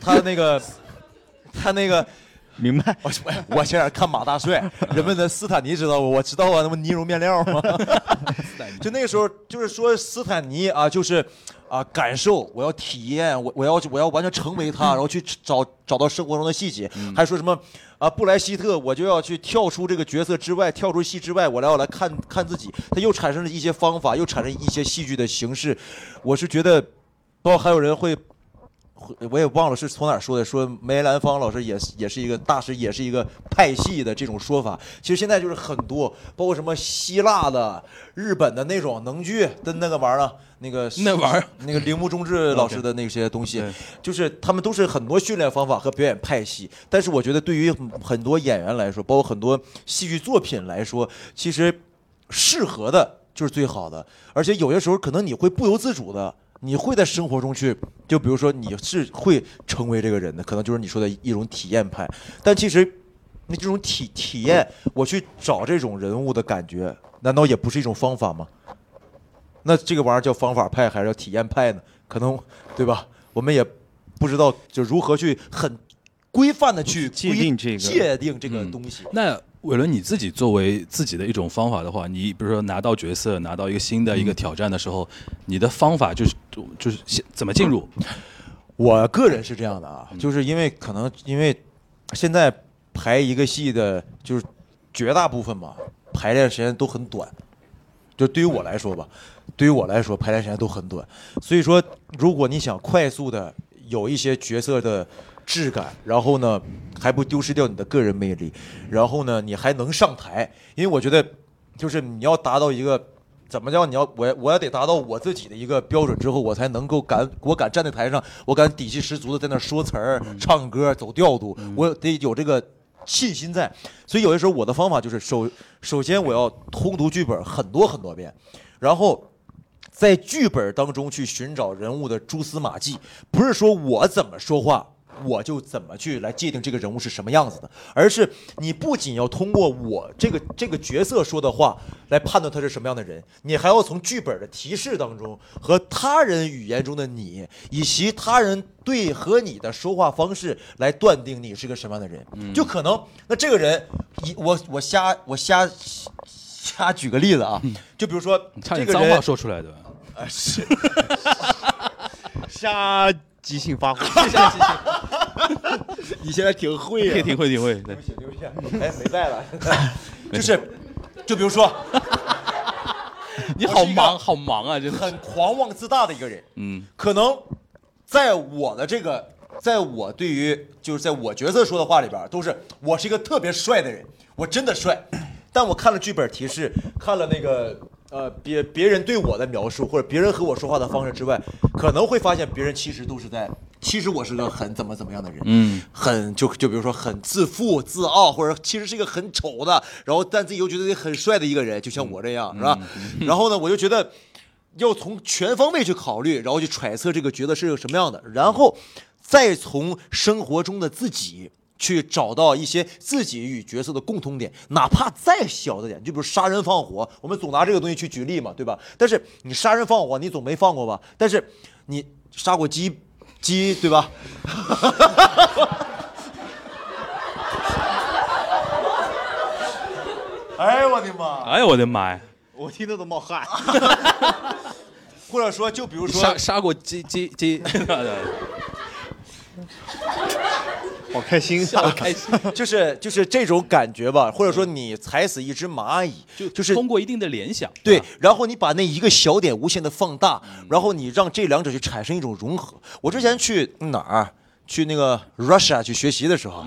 B: 他那个， (laughs) 他那个，
C: 明白，
B: 我 (laughs) 我现在看马大帅，人们的斯坦尼知道我，我知道啊，那不泥融面料吗？ (laughs) 就那个时候，就是说斯坦尼啊，就是啊，感受，我要体验，我我要我要完全成为他，然后去找找到生活中的细节，还说什么啊，布莱希特，我就要去跳出这个角色之外，跳出戏之外，我来我来看看自己，他又产生了一些方法，又产生一些戏剧的形式，我是觉得，包括还有人会我也忘了是从哪儿说的，说梅兰芳老师也是也是一个大师，也是一个派系的这种说法。其实现在就是很多，包括什么希腊的、日本的那种能剧的那个玩意儿啊，那个
A: 那玩意儿
B: (laughs) 那个铃木忠志老师的那些东西，就是他们都是很多训练方法和表演派系。但是我觉得对于很多演员来说，包括很多戏剧作品来说，其实适合的就是最好的。而且有些时候可能你会不由自主的，你会在生活中去，就比如说你是会成为这个人的，可能就是你说的一种体验派。但其实，那这种体体验，我去找这种人物的感觉，难道也不是一种方法吗？那这个玩意儿叫方法派还是叫体验派呢？可能对吧？我们也不知道就如何去很规范的去
C: 界
B: 规
C: 定这个
B: 界定这个
A: 嗯
B: 东西。
A: 那伟伦，你自己作为自己的一种方法的话，你比如说拿到角色，拿到一个新的一个挑战的时候，你的方法就是就是先怎么进入？
B: 我个人是这样的啊，就是因为可能因为现在排一个戏的，就是绝大部分嘛，排练时间都很短。就对于我来说吧，对于我来说，排练时间都很短。所以说，如果你想快速的有一些角色的质感，然后呢还不丢失掉你的个人魅力，然后呢你还能上台，因为我觉得就是你要达到一个怎么叫你要我我要得达到我自己的一个标准之后，我才能够敢我敢站在台上，我敢底气十足的在那儿说词儿、唱歌、走调度，我得有这个信心在。所以有些时候我的方法就是首首先我要通读剧本很多很多遍，然后。在剧本当中去寻找人物的蛛丝马迹，不是说我怎么说话，我就怎么去来界定这个人物是什么样子的，而是你不仅要通过我这个这个角色说的话来判断他是什么样的人，你还要从剧本的提示当中和他人语言中的你，以及他人对和你的说话方式来断定你是个什么样的人。
A: 嗯
B: 就可能那这个人，以我我瞎我瞎瞎举个例子啊，就比如说
A: 差
B: 这
A: 嗯点
B: 个
A: 脏
B: 人
A: 话说出来的，
C: 瞎即兴
D: (laughs)
C: 发挥，
B: 你现在挺会
D: 啊
B: 呀、
A: 可以体会体会。对
B: 对不起， (laughs) 哎，没带了，就是，就比如 (laughs) 说，
A: 你
B: 我
A: 好
B: 是一个
A: 忙好忙啊，真的。
B: 很狂妄自大的一个人，
A: 嗯，
B: 可能在我的这个，在我对于就是在我角色说的话里边儿，都是我是一个特别帅的人，我真的帅， (clears throat) 但我看了剧本提示，看了那个呃别别人对我的描述或者别人和我说话的方式之外，可能会发现别人其实都是在，其实我是个很怎么怎么样的人，
A: 嗯，
B: 很就就比如说很自负、自傲，或者其实是一个很丑的，然后但自己又觉得自己很帅的一个人，就
A: 嗯
B: 像我这样，是吧？然后呢，我就觉得要从全方位去考虑，然后去揣测这个角色是个什么样的，然后再从生活中的自己。去找到一些自己与角色的共通点，哪怕再小的点，就比如杀人放火，我们总拿这个东西去举例嘛，对吧？但是你杀人放火，你总没放过吧？但是你杀过鸡，鸡对吧？ (laughs) 哎呦我的妈！
A: 哎呦我的妈呀！
C: 我听得都冒汗。
B: 或者说，就比如
A: 你
B: 说
A: 杀杀过鸡鸡鸡，
C: 好开心，
B: 啊
A: 好开心。
B: (laughs) 就是就是这种感觉吧，或者说你踩死一只蚂蚁，
A: 嗯
B: 就就是
A: 通过一定的联想，
B: 对，然后你把那一个小点无限的放大，然后你让这两者去产生一种融合。我之前去哪儿？啊去那个 Russia 去学习的时候，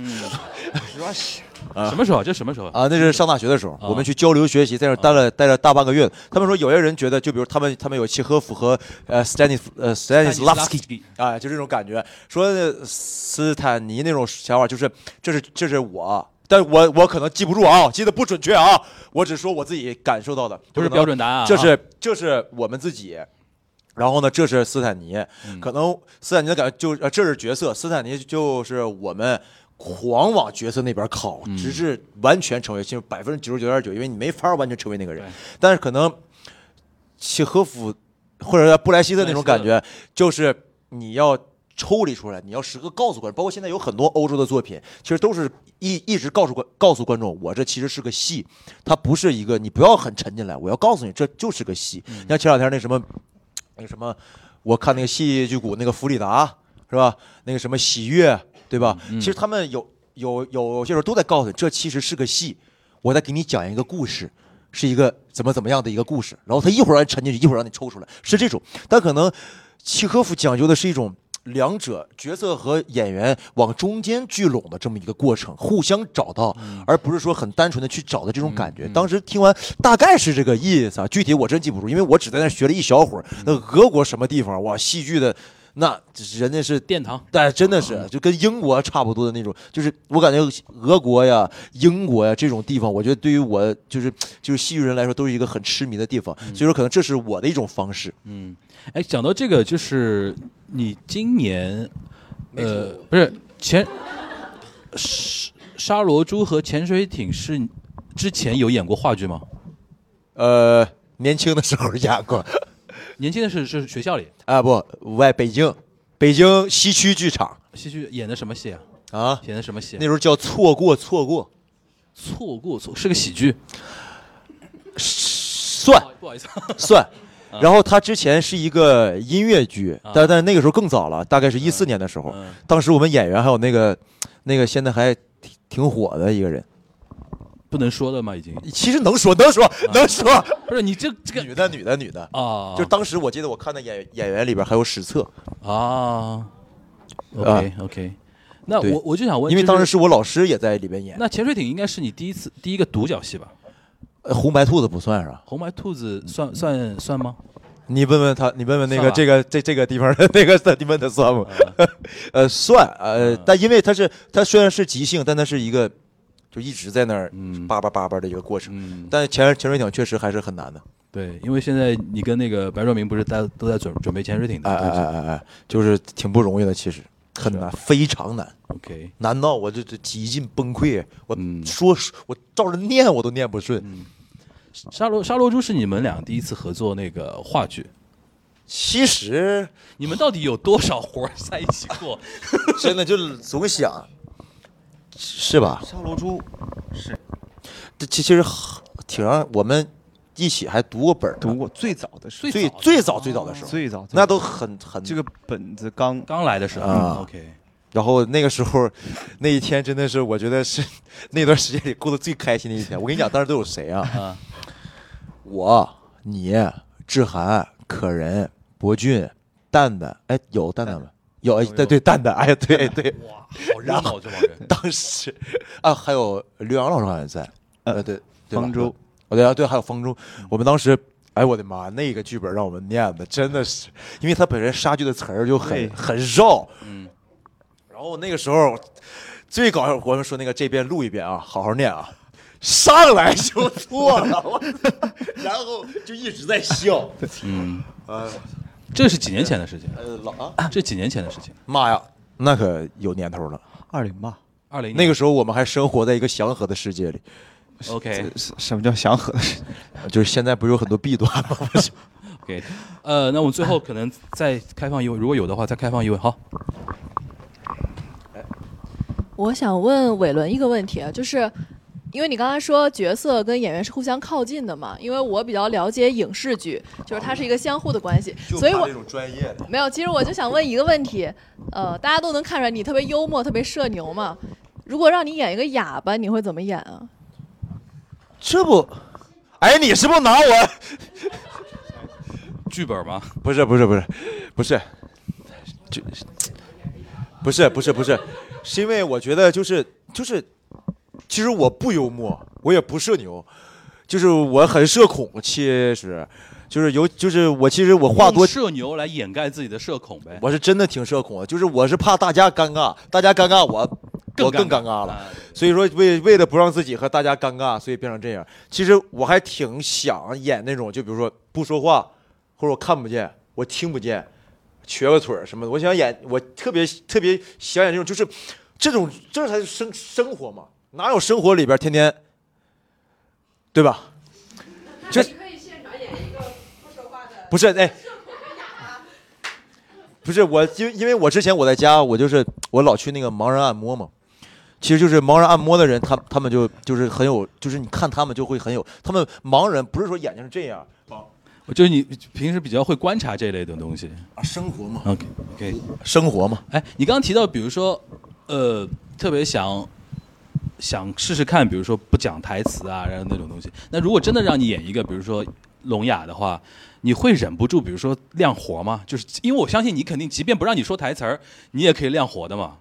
B: 啊
A: 什么时候？这什么时候？
B: 啊，那是上大学的时候，我们去交流学习，在那儿待了待了大半个月。他们说有些人觉得，就比如他们他们有契诃夫和呃 Stanis 呃 Stanislavski 啊，就这种感觉，说呃斯坦尼那种想法，就是这是这是我。但我我可能记不住啊，记得不准确啊，我只说我自己感受到的，
A: 不是标准答案啊
B: 这是这是我们自己，然后呢，这是斯坦尼，
A: 嗯
B: 可能斯坦尼的感觉就是，呃这是角色，斯坦尼就是我们狂往角色那边靠，
A: 嗯
B: 直至完全成为，就是百分之九十九点九，因为你没法完全成为那个人
A: 对，
B: 但是可能契诃夫或者布莱希特那种感觉，就是你要抽离出来，你要时刻告诉观众，包括现在有很多欧洲的作品，其实都是一一直告诉观告诉观众，我这其实是个戏，它不是一个你不要很沉进来，我要告诉你这就是个戏。你像前两天那什么那个什么，我看那个戏剧谷那个弗里达是吧？那个什么喜悦对吧？其实他们有有有些时候都在告诉你，这其实是个戏，我在给你讲一个故事。是一个怎么怎么样的一个故事，然后他一会儿让你沉进去，一会儿让你抽出来，是这种。但可能契诃夫讲究的是一种两者角色和演员往中间聚拢的这么一个过程，互相找到，而不是说很单纯的去找的这种感觉。当时听完大概是这个意思啊，具体我真记不住，因为我只在那学了一小会儿。那俄国什么地方哇，戏剧的。那人家是
A: 殿堂，
B: 但真的是就跟英国差不多的那种，就是我感觉俄国呀、英国呀这种地方，我觉得对于我就是就是西域人来说，都是一个很痴迷的地方，所以说可能这是我的一种方式。
A: 嗯，哎，讲到这个，就是你今年，呃，不是前沙沙罗珠和潜水艇是之前有演过话剧吗？
B: 呃，年轻的时候演过， (laughs)
A: 年轻的是是学校里
B: 啊不，外北京，北京西区剧场
A: 戏剧演的什么戏啊？
B: 啊，
A: 演的什么戏啊
B: 那？时候叫错过错过，
A: 错过错是个喜剧，
B: 算
A: 不好意思，
B: 算。然后他之前是一个音乐剧，但但那个时候更早了，大概是一四年的时候。
A: 嗯，
B: 当时我们演员还有那个那个现在还挺挺火的一个人，
A: 不能说了吗？已经
B: 其实
A: (laughs)
B: 能说能说能说，
A: 不是你这啊这 (laughs) 个
B: 女的女的女的，
A: 啊，
B: 就当时我记得我看的演演员里边还有史册，
A: 啊，OK OK，那
B: 对
A: 我我就想问，
B: 因为
A: 就是
B: 当时是我老师也在里边演。
A: 那潜水艇应该是你第一次第一个独角戏吧？
B: 呃红白兔子不算是吧？
A: 红白兔子算算算吗？
B: 你问问他，你问问那
A: 算
B: 个
A: 吧啊
B: 这个这这个地方的 (laughs) 那个，你问他算吗？ (laughs) 呃，算，呃
A: 嗯，
B: 但因为他是他虽然是即兴，但他是一个就一直在那儿
A: 嗯
B: 叭叭叭叭的一个过程。
A: 嗯，
B: 但潜潜水艇确实还是很难的，
A: 对，因为现在你跟那个白若明不是大家都在准准备潜水艇的
B: 哎哎
A: 嗯对
B: 哎哎哎，就是挺不容易的，其实很难，非常难。
A: ，OK，
B: 难道我这这几近崩溃？我
A: 嗯
B: 说我照着念我都念不顺。
A: 沙罗沙罗珠是你们俩第一次合作那个话剧，
B: 其实
A: 你们到底有多少活儿在一起过？
B: 真的就总想，是吧？
C: 沙罗珠
B: 这其其实挺让我们一起还读过本儿呢，
C: 读过最早的是
A: 最早
B: 最
A: 的
B: 最早最早的时候，
C: 最早，
B: 那都很很
C: 这个本子刚
A: 刚来的时候、嗯
B: 啊
A: o k
B: 然后那个时候，那一天真的是我觉得是那段时间里过得最开心的一天。我跟你讲，当时都有谁啊
A: 啊？
B: 我、你、志涵、可人、博俊、蛋蛋，哎，有蛋蛋吗？有，哎对对，蛋蛋，哎呀，对对。 (laughs)
A: 哇，好热闹这帮人，
B: 当时啊，还有刘洋老师好像也在，
C: 呃
B: 呃，对，对吧
C: 方舟，
B: 哦对啊对，还有方舟，我们当时。哎，我的妈！那个剧本让我们念的真的是，因为他本身杀剧的词儿就很
C: 对
B: 很绕，
A: 嗯，
B: 然后那个时候最搞笑，我们说那个这遍录一遍啊，好好念啊，上来就错了，我
D: (laughs) 然后就一直在笑。
A: 嗯，
D: 呃
A: 这是几年前的事情，
D: 呃，老啊，
A: 这几年前的事情，
B: 妈呀，那可有年头了。
C: 二零吧？
A: 二零
B: 那个时候我们还生活在一个祥和的世界里，
A: OK
C: 什什么叫祥和的事？ (laughs)
B: 就是现在不是有很多弊端吗？ (laughs)
A: OK，呃，那我们最后可能再开放一位，如果有的话再开放一位。好，
I: 我想问伟伦一个问题啊，就是因为你刚才说角色跟演员是互相靠近的嘛，因为我比较了解影视剧，就是它是一个相互的关系，
D: 就
I: 所以
D: 怕
I: 我
D: 这种专业的，
I: 没有，其实我就想问一个问题，呃，大家都能看出来你特别幽默，特别社牛嘛。如果让你演一个哑巴，你会怎么演啊？
B: 这不，哎，你是不是拿我？
A: 剧本吗？
B: 不是不是不是，不是，就不是不是不是，是因为我觉得就是就是，其实我不幽默，我也不社牛，就是我很社恐，其实就是有就是我其实我话
A: 用
B: 多，
A: 社牛来掩盖自己的社恐呗。
B: 我是真的挺社恐的，就是我是怕大家尴尬，大家尴尬我。我更尴尬了，
A: 啊
B: 所以说为为了不让自己和大家尴尬，所以变成这样。其实我还挺想演那种，就比如说不说话，或者我看不见，我听不见，瘸个腿儿什么的。我想演，我特别特别想演这种，就是这种，这才是生生活嘛，哪有生活里边天天，对吧？就不是哎，不是我，因为因为我之前我在家，我就是我老去那个盲人按摩嘛。其实就是盲人按摩的人，他他们就就是很有，就是你看他们就会很有，他们盲人不是说眼睛是这样，
A: 我觉得你平时比较会观察这类的东西。
B: 啊，生活嘛，
A: OK OK，
B: 生活嘛，
A: 哎，你刚刚提到，比如说，呃，特别想想试试看，比如说不讲台词啊，然后那种东西。那如果真的让你演一个，比如说聋哑的话，你会忍不住，比如说亮活吗？就是因为我相信你肯定，即便不让你说台词儿，你也可以亮活的嘛。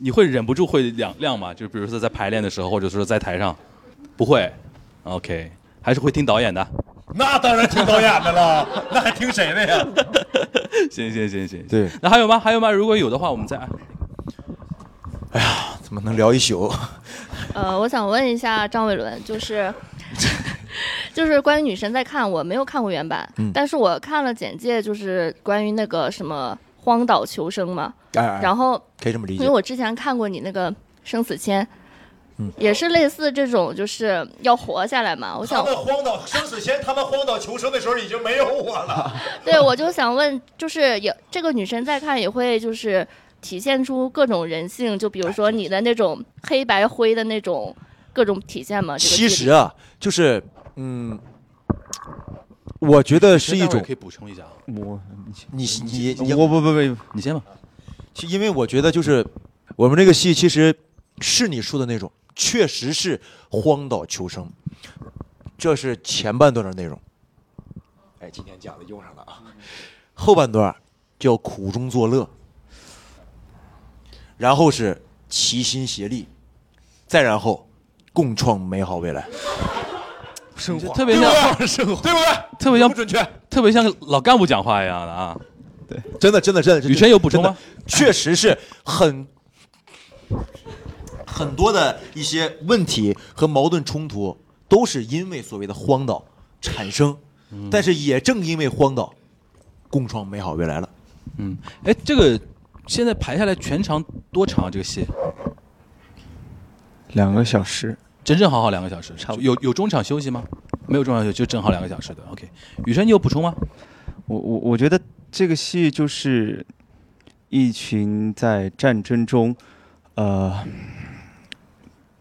A: 你会忍不住会亮亮吗？就是比如说在排练的时候，或者说在台上，不会。OK，还是会听导演的。
D: 那当然听导演的了，那还听谁的呀？
A: 行行行行，
B: 对，
A: 那还有吗？还有吗？如果有的话，我们
B: 啊
A: 再。哎
B: 怎么能聊一 (laughs) 宿？
K: 呃，我想问一下张伟伦，就是 (laughs) 就是关于女神在看，我没有看过原版，
B: 嗯
K: 但是我看了简介，就是关于那个什么荒岛求生嘛。
B: 哎哎，
K: 然后，
B: 可以这么理
K: 因
B: 解
K: 为，我之前看过你那个生死签
B: 嗯。
K: 也是类似这种，就是要活下来嘛。我
D: 他
K: 想，
D: 们荒岛生死前，他们荒岛求生的时候已经没有我了。
K: 对我就想问，就是有这个女神在看，也会就是体现出各种人性，就比如说你的那种黑白灰的那种各种体现嘛。这个剧
B: 其
K: 里
B: 实啊，就是嗯，我觉得是一种
A: 可以补充一下啊。
C: 我
B: 你你你
C: 我不不不，
A: 你先吧。
B: 其因为我觉得就是我们这个戏其实是你说的那种，确实是荒岛求生，这是前半段的内容。哎，今天讲的用上了啊，后半段叫苦中作乐，然后是齐心协力，再然后共创美好未来。
A: 你就特别像，
B: 对不对？
A: 特别像，
B: 准确，
A: 特别像老干部讲话一样的啊。
B: 真的真的真的。真的
A: 雨辰有补充吗？
B: 确实是很很多的一些问题和矛盾冲突，都是因为所谓的荒岛产生，但是也正因为荒岛，共创美好未来了。
A: 嗯，哎，这个现在排下来全长多长啊？这个戏
C: 两个小时，
A: 整整好好两个小时，
C: 差不多
A: 有有中场休息吗？没有中场休息，就正好两个小时的。OK，雨辰你有补充吗？
C: 我我我觉得这个戏就是一群在战争中，呃，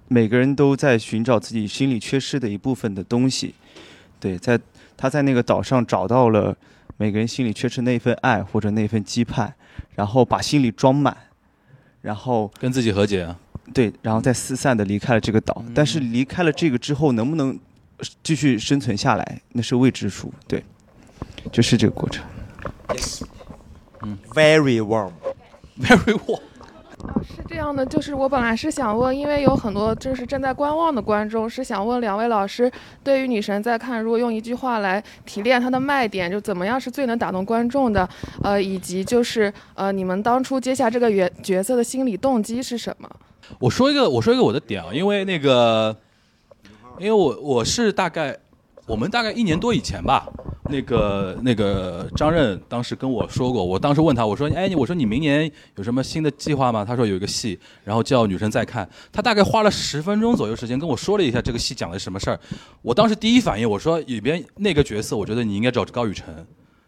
C: 每个人都在寻找自己心里缺失的一部分的东西。对，在他在那个岛上找到了每个人心里缺失那份爱或者那份羁绊，然后把心里装满，然后
A: 跟自己和解
B: (laughs)
A: 啊。
C: 对，然后再四散的离开了这个岛。但是离开了这个之后，能不能呃继续生存下来，那是未知数。对，就是这个过程。
B: Very warm，
A: Very warm，
J: 是这样的，就是我本来是想问，因为有很多就是正在观望的观众，是想问两位老师，对于女神在看，如果用一句话来提炼她的卖点，就怎么样是最能打动观众的？呃，以及就是呃，你们当初接下这个角角色的心理动机是什么？
A: 我说一个，我说一个我的点啊，因为那个，因为我我是大概我们大概一年多以前吧，那个那个张任当时跟我说过，我当时问他，我说，哎，你我说你明年有什么新的计划吗？他说有一个戏，然后叫《女生再看》，他大概花了十分钟左右时间跟我说了一下这个戏讲的是什么事儿。我当时第一反应我说里边那个角色，我觉得你应该找高雨晨，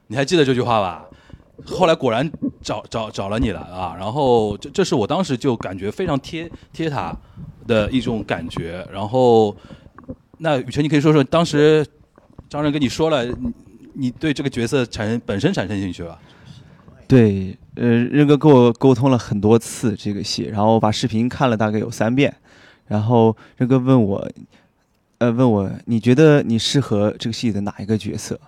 A: 你还记得这句话吧？后来果然找找找了你了啊，然后这这是我当时就感觉非常贴贴他的一种感觉。然后，那雨辰，你可以说说当时张震跟你说了，你你对这个角色产生本身产生兴趣吧？
C: 对，呃，任哥跟我沟通了很多次这个戏，然后我把视频看了大概有三遍，然后任哥问我，呃，问我你觉得你适合这个戏里的哪一个角色？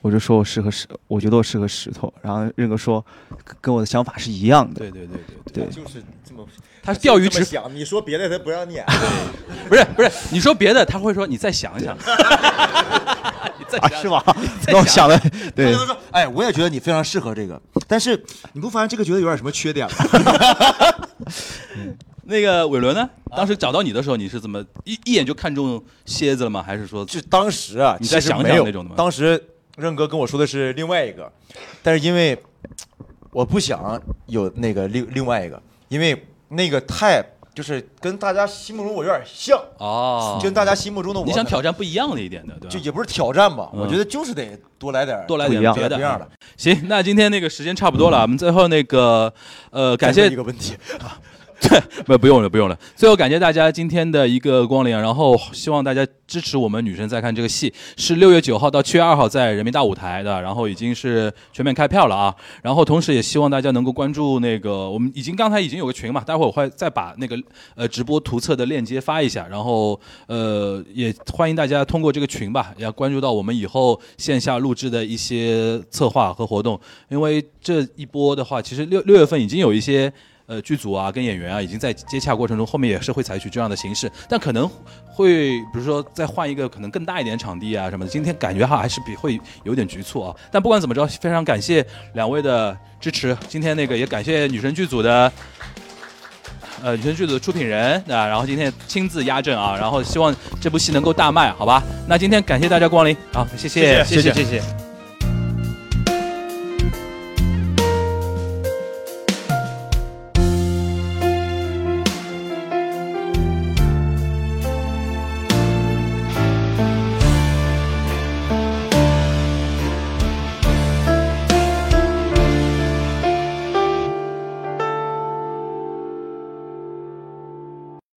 C: 我就说我适合石，我觉得我适合石头。然后任哥说，跟跟我的想法是一样的。
A: 对对对
C: 对
B: 就是这么，
A: 他是钓鱼
B: 就是这么
A: 执
B: 想，你说别的他不让你演，
A: 不是不是，你说别的，他会说你再想一想。你再
C: 啊
A: 想
C: 是
A: (laughs)
C: 吗
A: 你再
C: 那我想了，对
B: 他就说，哎，我也觉得你非常适合这个，但是你不发现这个觉得有点什么缺点吗？
A: (laughs) 那个伟伦呢？当时找到你的时候，你是怎么一一眼就看中蝎子了吗？还是说
B: 就当时啊，
A: 你再
B: 其实
A: 想
B: 没
A: 想
B: 有
A: 那种的吗？
B: 当时任哥跟我说的是另外一个，但是因为我不想有那个另另外一个，因为那个太就是跟大家心目中我有点像
A: 哦，
B: 跟大家心目中的我
A: 你想
B: 可能
A: 挑战不一样的一点的，对吧？
B: 就也不是挑战吧，
A: 嗯
B: 我觉得就是得多来点儿
A: 多来点
B: 别
A: 别的
B: 的不一样的。
A: 行，那今天那个时间差不多了，我们最后那个呃，感谢
B: 再问一个问题，
A: (laughs) 不不用了不用了。最后感谢大家今天的一个光临，然后希望大家支持我们女生在看这个戏，是六月九号到七月二号在人民大舞台的，然后已经是全面开票了啊。然后同时也希望大家能够关注那个我们已经刚才已经有个群嘛，待会儿我会再把那个呃直播图册的链接发一下，然后呃也欢迎大家通过这个群吧，也要关注到我们以后线下录制的一些策划和活动，因为这一波的话，其实六六月份已经有一些。呃剧组啊跟演员啊已经在接洽过程中，后面也是会采取这样的形式，但可能会比如说再换一个可能更大一点场地啊什么的。今天感觉哈还是比会有点局促啊，但不管怎么着，非常感谢两位的支持。今天那个也感谢女神剧组的。呃，女神剧组的出品人啊，然后今天亲自压阵啊，然后希望这部戏能够大卖，好吧？那今天感谢大家光临，好，谢
L: 谢谢
A: 谢
L: 谢谢
A: 谢
L: 谢谢